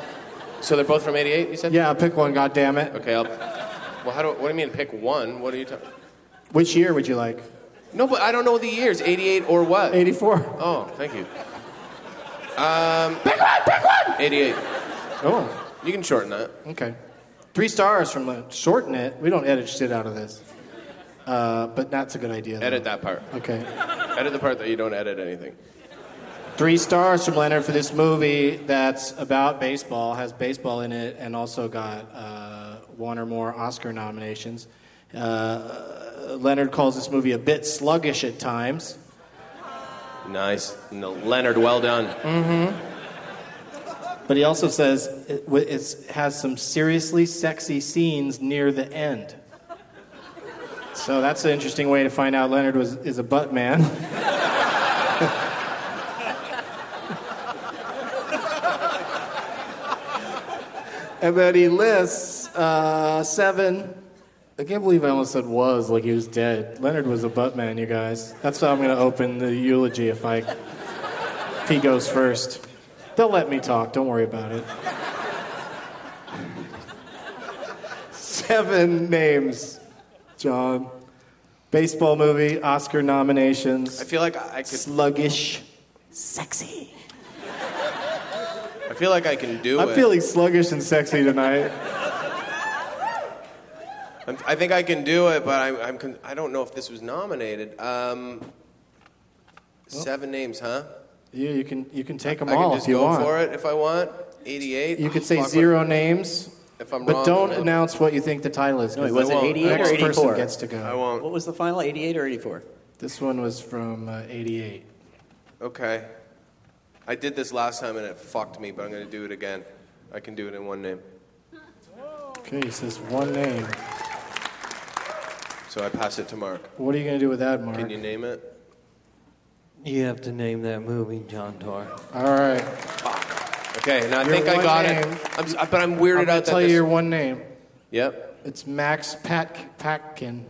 so they're both from 88, you said?
Yeah, pick one, God damn it.
Okay, I'll. Well, how do, what do you mean pick one? What are you talking
Which year would you like?
No, but I don't know the years, 88 or what?
84.
Oh, thank you. Um, pick one, pick one! 88.
Oh,
You can shorten that.
okay. 3 stars from the shorten it. We don't edit shit out of this. Uh, but that's a good idea. though.
Edit that part.
Okay.
Edit the part that you don't edit anything.
Three stars from Leonard for this movie that's about baseball, has baseball in it, and also got uh, one or more Oscar nominations. Uh, Leonard calls this movie a bit sluggish at times.
Nice. No, Leonard, well done.
But he also says it w- it's, has some seriously sexy scenes near the end. So that's an interesting way to find out Leonard was, is a butt man. and then he lists uh, seven. I can't believe I almost said was, like he was dead. Leonard was a butt man, you guys. That's how I'm going to open the eulogy if I if he goes first. They'll let me talk, don't worry about it. Seven names, John. Baseball movie, Oscar nominations.
I feel like I could.
Sluggish, sexy.
I feel like I can do
I'm
it.
feeling sluggish and sexy tonight.
I'm, I think I can do it, but I'm, I'm con- I don't know if this was nominated. Um, seven names, huh?
Yeah, you can you can take them
I
all
can just
if you
go
want.
for it if I want. 88.
You could say
Fuck,
zero names,
If I'm
but
wrong,
don't
then-
announce what you think the title is.
No,
'cause
was
the
it 88 or
next
84?
person gets to go.
won't.
What was the final, 88 or 84?
This one was from uh, 88.
Okay. I did this last time and it fucked me, but I'm going to do it again. I can do it in one name.
Okay, he says one name.
So I pass it to Mark.
What are you going to do with that, Mark?
Can you name it?
You have to name that movie, John Tor.
All right.
Okay, now I
Your
think I
one
got
name-
it. I'm, s- but I'm weirded
I'm gonna
out that
tell
this-
you your one name.
Yep.
It's Max Pat- Patkin.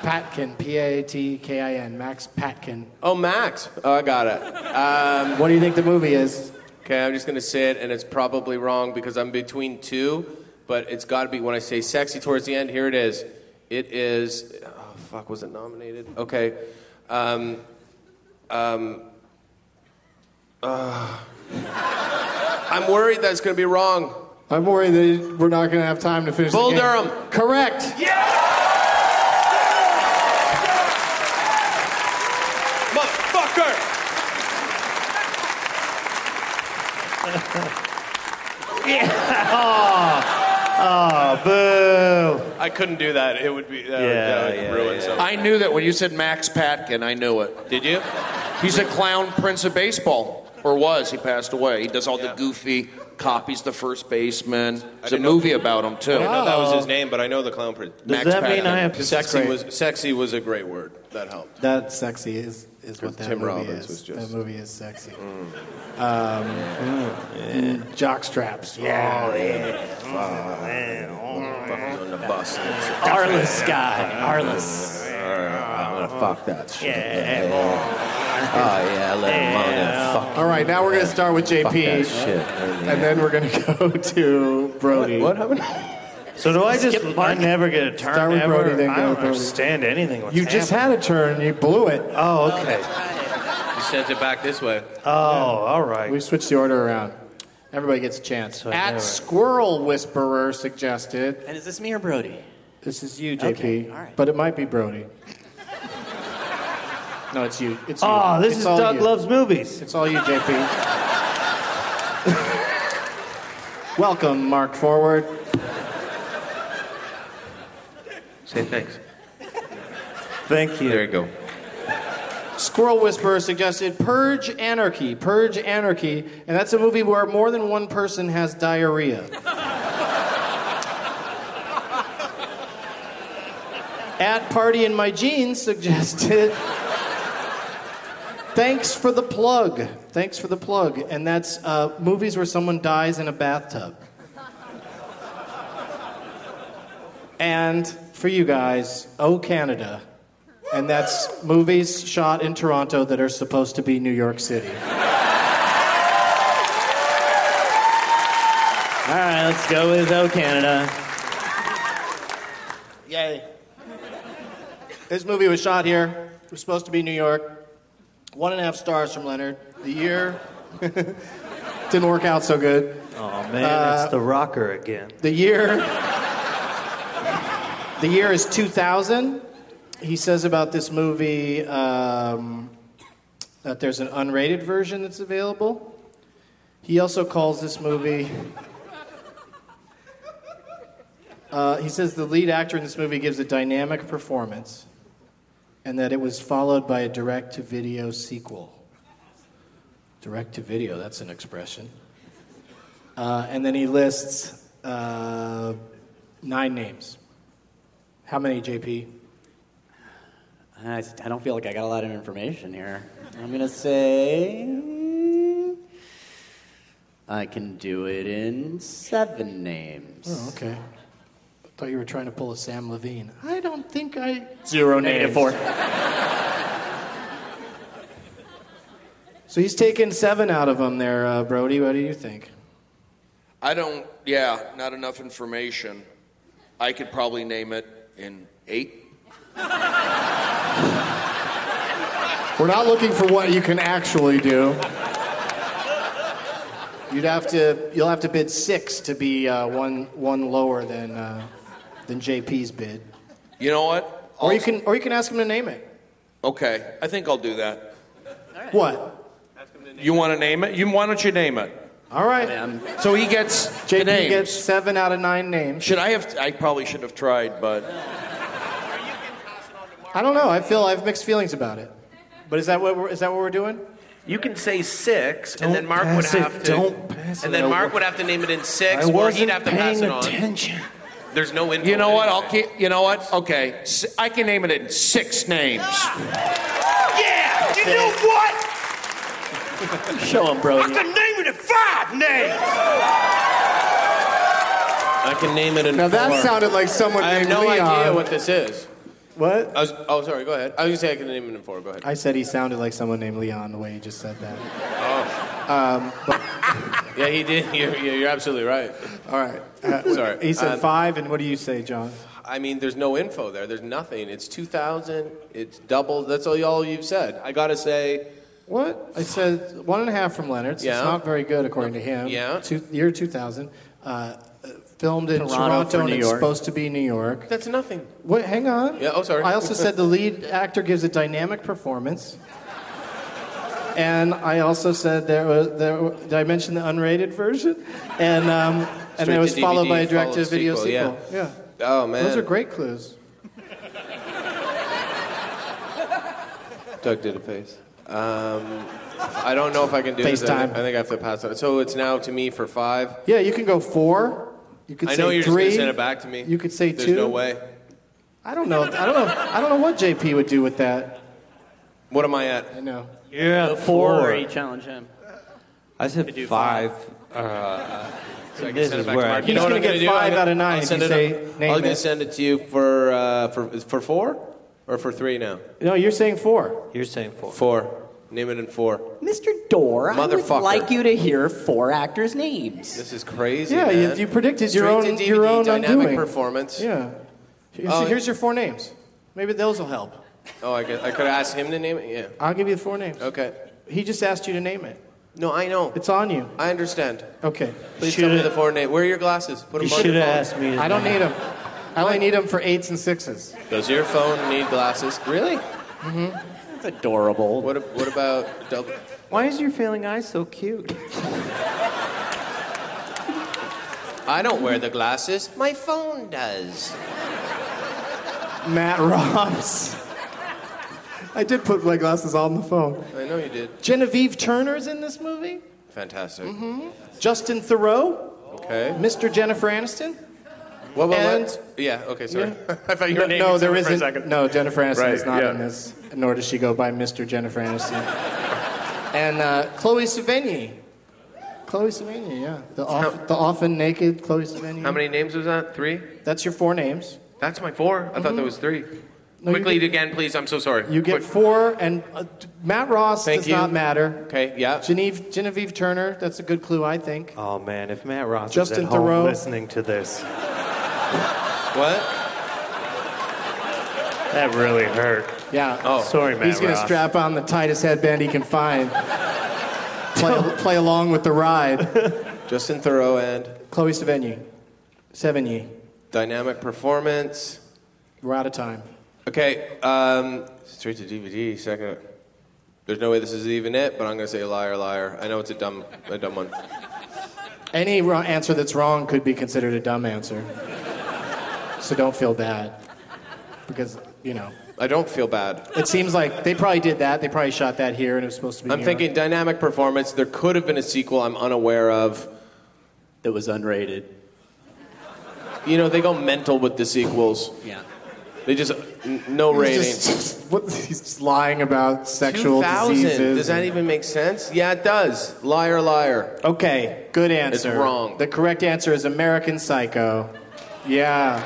Patkin, P A T K I N, Max Patkin.
Oh, Max. Oh, I got it. Um,
what do you think the movie is?
Okay, I'm just going to say it, and it's probably wrong because I'm between two, but it's got to be when I say sexy towards the end. Here it is. It is. Oh, fuck, was it nominated? Okay. Um, um, uh, I'm worried that's going to be wrong.
I'm worried that we're not going to have time to finish.
Bull
the game.
Durham.
Correct.
Motherfucker!
Oh, boo.
I couldn't do that. It would be. That would,
Yeah,
that would
yeah,
ruin
yeah.
something.
I knew that when you said Max Patkin, I knew it.
Did you?
He's a clown prince of baseball, or was. He passed away. He does all the goofy copies, the first baseman. There's a movie about him, too.
I didn't know that
Oh.
was his name, but I know the clown prince.
Does Max that mean Patton. I have to-
sexy?
Great.
Was sexy was a great word that helped.
That sexy is, is what that
Tim
movie
Robbins
is.
was just-
That movie is sexy. Um, mm, Jock straps. Yeah.
On the bus.
Arliss guy. Arliss.
I'm gonna fuck that shit.
Yeah.
Oh yeah, let him on that fuck.
All right, now we're going to start with JP.
Fuck that shit.
And then we're going to go to Brody. What, happened?
So do I just? I never get a turn.
Start with
ever?
Brody, then
I
go
don't
Brody.
understand anything. What's
You just had a turn. You blew it.
Oh, okay.
You sent it back this way.
Oh, all right.
We switched the order around. Everybody gets a chance.
I
At
know it.
Squirrel Whisperer suggested.
And is this me or Brody?
This is you, JP.
Okay, all right.
But it might be Brody. No, it's you. It's you.
Oh, this
It's
is
all
Doug
you.
Loves Movies.
It's all you, JP. Welcome, Mark Forward.
Say thanks.
Thank you.
There you go.
Squirrel Whisperer suggested Purge Anarchy. Purge Anarchy. And that's a movie where more than one person has diarrhea. At Party in My Jeans suggested Thanks for the plug. Thanks for the plug. And that's uh, movies where someone dies in a bathtub. And for you guys, Oh Canada. And that's movies shot in Toronto that are supposed to be New York City.
All right, let's go with O Canada.
Yay. This movie was shot here. It was supposed to be New York. One and a half stars from Leonard. The year didn't work out so good.
Oh man,
Uh,
it's the rocker again.
The year The year is 2000. He says about this movie um, that there's an unrated version that's available. He also calls this movie. Uh, he says the lead actor in this movie gives a dynamic performance and that it was followed by a direct to video sequel. Direct to video, that's an expression. Uh, and then he lists uh, nine names. How many, JP?
I, I don't feel like I got a lot of information here. I'm going to say mm, I can do it in seven names.
Oh, okay. I thought you were trying to pull a Sam Levine.
I don't think I.
Zero
Negative
names. So he's taken seven out of them there, uh, Brody. What do you think?
I don't, yeah, not enough information. I could probably name it in eight.
We're not looking for what you can actually do.
You'd have to, you'll have to bid six to be uh, one, one lower than, uh, than JP's bid.
You know what?
Or you can, or you can ask him to name it.
Okay, I think I'll do that.
What?
You want to name it? You, why don't you name it?
All right.
So he gets the
JP
names.
gets seven out of nine names.
Should I have? I probably should have tried, but
I don't know. I feel I have mixed feelings about it. But is that what we're, is that what we're doing?
You can say six, and then Mark would
pass it.
have to.
Don't pass
and
it.
then
I
Mark
wa-
would have to name it in six,
I
or he'd
wasn't
have to pass
paying
it on.
attention.
There's no info.
you know what?
anyway.
I'll keep. You know what? Okay, S- I can name it in six names.
Yeah! You know what?
Show him,
I can name it in five names!
I can name it in
Now that
four.
sounded like someone
I have
named
no
Leon.
idea what this is.
What?
I was, oh, sorry. Go ahead. I was gonna say I can name it in four. Go ahead.
I said he sounded like someone named Leon the way he just said that.
Oh.
Um, but,
Yeah, he did. You're, you're you're absolutely right.
all right. Uh,
Sorry.
He said
Um,
five, and what do you say, John?
I mean, there's no info there. There's nothing. It's 2,000. It's double. That's all y'all you've said. I gotta say,
What? I said one and a half from Leonard's.
Yeah.
It's not very good, according to him.
Yeah.
Two, year 2000. Uh, uh, filmed in
Toronto
Toronto,
for
and
New
it's
York.
supposed to be New York.
that's nothing.
What? Hang on.
Yeah. Oh, sorry.
I also said the lead actor gives a dynamic performance. And I also said there was, there, were- did I mention the unrated version? And, um, and
Straight
it was
to
followed by a
DVD,
direct to
followed
video sequel.
sequel,
Yeah.
Oh man.
Those are great clues.
Doug did a face. Um, I don't know if I can do this. I,
FaceTime.
I think I have to pass it. So it's now to me for five.
Yeah, you can go four. You could
I
say
know you're
three.
just gonna send it back to me.
You could say
There's
two.
no way.
I don't know. I don't know. I don't know what JP would do with that.
What am I at?
I know.
Yeah,
Go
four.
four. You challenge him.
I said five. Uh, this is where I
You know what I'm
gonna
gonna
get
do?
five
I'm gonna-
out of nine
I'll
if
send
you
it
say
up-
name
I'm gonna
it.
send it to you for uh, for for four or for three now.
No, you're saying four.
You're saying four.
Four. Name it in four.
Mr. Door, I would
Motherfucker.
like you to hear four actors' names.
This is crazy.
Yeah, you-
man.
you predicted your
Straight
own-
to
your
DVD,
own
dynamic
undoing.
performance.
Yeah. Here's,
Oh.
here's your four names. Maybe those will help.
Oh, I could I could ask him to name it.
I'll give you the four names.
Yeah. Okay.
He just asked you to name it.
No, I know.
It's on you.
I understand.
Okay.
Please tell me the four name. Where are your glasses? Put them on your phone.
I don't need them. I only need them for eights and sixes.
Does your phone need glasses? Really?
That's adorable.
What, what about double?
Why is your failing eye so cute?
I don't wear the glasses. My phone does.
Matt Ross. I did put my glasses on the phone.
I know you did.
Genevieve Turner's in this movie.
Fantastic.
Mm-hmm. Justin Thoreau.
Okay.
Mr. Jennifer Aniston.
What, what, what?
And-
Yeah. Okay. Sorry.
Yeah.
I thought you were
no,
naming
no, there
someone for a
isn't.
second.
No, Jennifer Aniston
Right,
is not
yeah.
in this, nor does she go by Mr. Jennifer Aniston. and uh, Chloe Sevigny. Chloe Sevigny, yeah. The, off, the often naked Chloe Sevigny.
How many names was that? Three.
That's your four names.
That's my four. I thought there was three.
Mm-hmm. No, you
Quickly again, please. I'm so sorry.
You get four, and uh, Matt Ross
Thank
does
you.
not matter.
Okay. Yeah.
Genevieve, Genevieve Turner, that's a good clue, I think.
Oh man, if Matt Ross
Justin
is at home
Theroux.
listening to this,
What?
that really hurt.
Yeah.
Oh, sorry, Matt
He's going to
Ross.
strap on the tightest headband he can find. play, play along with the ride.
Justin Thoreau and
Chloe Sevigny. Sevigny.
dynamic performance.
We're out of time.
Okay. Um, straight to DVD. Second. There's no way this is even it, but I'm gonna say liar, liar. I know it's a dumb, a dumb one.
Any wro- answer that's wrong could be considered a dumb answer. So don't feel bad. Because you know.
I don't feel bad.
It seems like they probably did that. They probably shot that here, and it was supposed to be.
I'm
here.
thinking dynamic performance. There could have been a sequel I'm unaware of.
That was unrated.
You know, they go mental with the sequels.
Yeah.
They just, n- no
He's
rating.
just- what, he's just lying about sexual
2000.
diseases.
Does that even make sense? Yeah, it does. Liar, liar.
Okay, good answer.
It's wrong.
The correct answer is American Psycho. Yeah.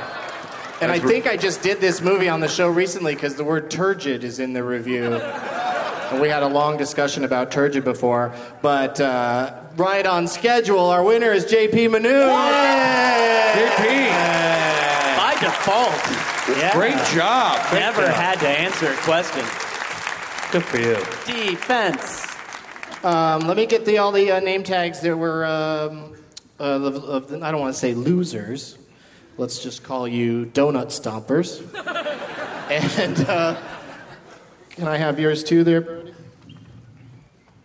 And I
That's r-
think I just did this movie on the show recently because the word turgid is in the review. And we had a long discussion about turgid before. But uh, right on schedule, our winner is JP Manu. JP.
By default.
Yeah. Great
job.
Great
Never
job.
had to answer a question.
Good for you.
Defense.
Um, let me get the, all the uh, name tags that were, um, uh, of, of the, I don't want to say losers. Let's just call you donut stompers. and uh, can I have yours too there, Brody?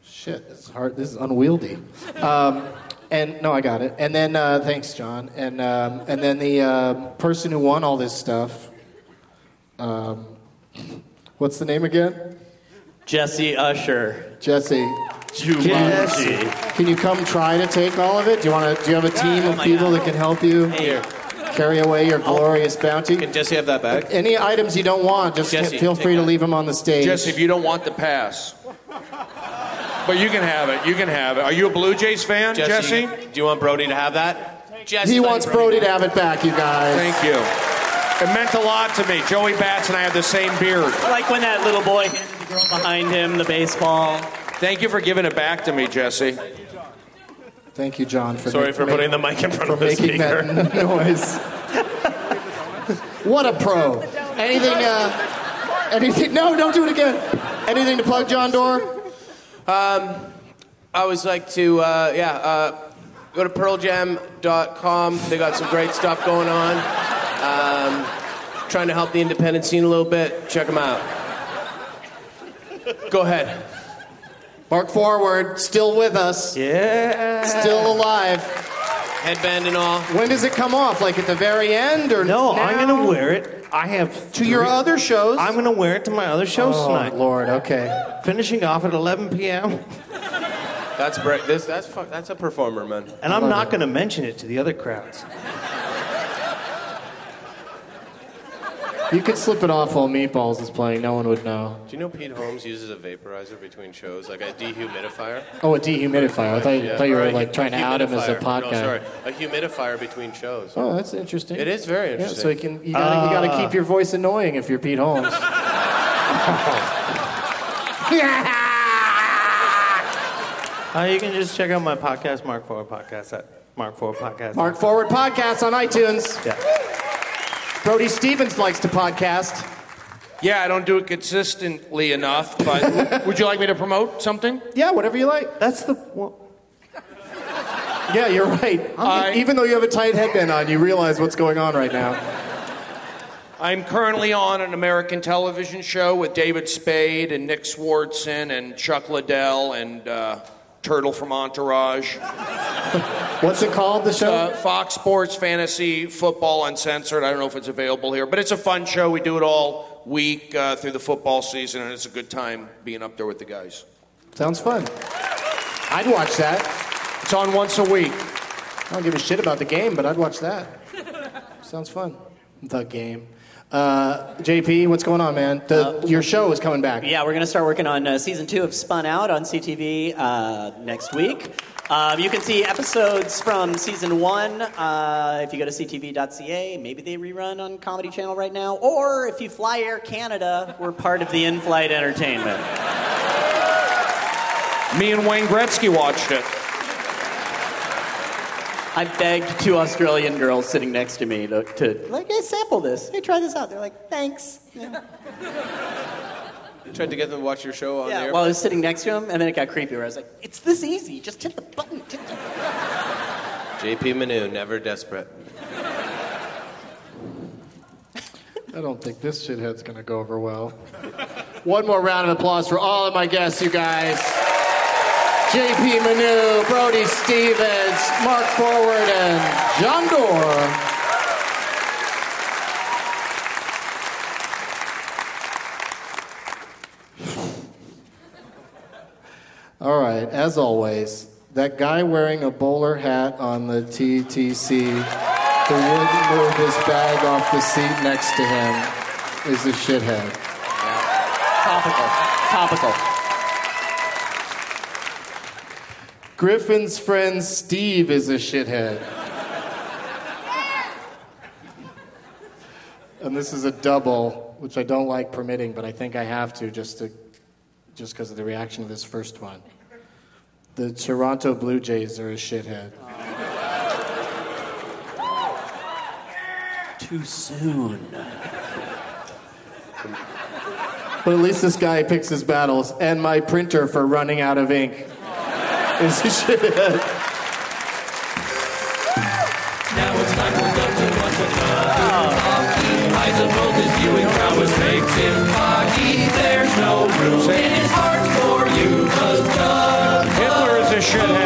Shit, this is hard. This is unwieldy. Um, and no, I got it. And then uh, thanks, John. And um, and then the um person who won all this stuff. Um, what's the name again?
Jesse Usher.
Jesse.
Jumanji.
Can you, can you come try to take all of it? Do you want to? Do you have a team of people that can help you carry away your glorious bounty? Can
Jesse have that bag?
Any items you don't want, just
Jesse,
feel
take
free to leave them on the stage.
Jesse, if you don't want the pass. But you can have it. You can have it. Are you a Blue Jays fan, Jesse?
Jesse, do you want Brody to have that? Jesse,
he wants Brody to have it back, you guys.
Thank you. It meant a lot to me. Joey Bats and I have the same beard.
Like when that little boy handed the girl behind him the baseball.
Thank you for giving it back to me, Jesse.
Thank you, John, for
Sorry
make-
for
make-
putting the mic in front
for
of the
making that
speaker.
noise. what a pro! Anything? Uh, anything? No, don't do it again. Anything to plug, John Doerr?
Um, I was like to, uh, yeah, uh, go to pearljam.com. They got some great stuff going on. Um, trying to help the independent scene a little bit. Check them out. Go ahead.
Mark Forward, still with us.
Yeah.
Still alive.
Headband and all.
When does it come off? Like at the very end, or
No,
now?
I'm gonna wear it. I have
To your other shows?
I'm gonna wear it to my other shows
Oh,
tonight.
Lord, okay.
Finishing off at 11 p.m.
That's bre- this, that's fu- that's a performer, man.
And I'm not gonna mention it to the other crowds.
You could slip it off while Meatballs is playing. No one would know.
Do you know Pete Holmes uses a vaporizer between shows, like a dehumidifier?
Oh, a dehumidifier. I thought you,
Yeah.
thought you
Or
were
a
like trying to out him as a
humidifier.
podcast.
No, sorry, a humidifier between shows.
Oh, that's interesting.
It is very
Yeah,
interesting.
so you can you gotta, you
Ah.
gotta keep your voice annoying if you're Pete Holmes.
Uh, you can just check out my podcast, Mark Forward Podcast, at Mark Forward Podcast.
Mark Forward podcast on iTunes.
Yeah.
Brody Stevens likes to podcast.
Yeah, I don't do it consistently enough, but would you like me to promote something?
Yeah, whatever you like.
That's the. Well,
yeah, you're right. E-,
I-
Even though you have a tight headband on, you realize what's going on right now.
I'm currently on an American television show with David Spade and Nick Swartzen and Chuck Liddell and uh, Turtle from Entourage.
What's it called? The
It's,
show?
uh, Fox Sports Fantasy Football Uncensored. I don't know if it's available here, but it's a fun show. We do it all week uh, through the football season, and it's a good time being up there with the guys.
Sounds fun. I'd watch that.
It's on once a week.
I don't give a shit about the game, but I'd watch that. Sounds fun. The game. Uh, JP, what's going on, man? The, your show is coming back.
Yeah, we're going to start working on uh, season two of Spun Out on CTV uh, next week. Um, you can see episodes from season one uh, if you go to ctv.ca. Maybe they rerun on Comedy Channel right now. Or if you fly Air Canada, we're part of the in flight entertainment.
Me and Wayne Gretzky watched it.
I begged two Australian girls sitting next to me to, to like, hey, sample this. Hey, try this out. They're like, thanks. Yeah.
You tried to get them to watch your show on
Yeah,
there.
Well, I was sitting next to him, and then it got creepy. Where I was like, it's this easy. Just hit the button.
JP Manu, never desperate.
I don't think this shithead's gonna go over well. One more round of applause for all of my guests, you guys. JP Manu, Brody Stevens, Mark Forward, and John Doerr. as always, that guy wearing a bowler hat on the TTC who wouldn't move his bag off the seat next to him is a shithead.
Topical. Topical.
Griffin's friend Steve is a shithead. and this is a double, which I don't like permitting, but I think I have to just to just because of the reaction to this first one. The Toronto Blue Jays are a shithead.
Too soon.
But at least this guy picks his battles, and my printer for running out of ink is a shithead.
Now it's time for love to watch another hockey. Eyes of both his viewing prowess makes him foggy. There's no room in his heart for you, cause Doug
Hitler is a shithead.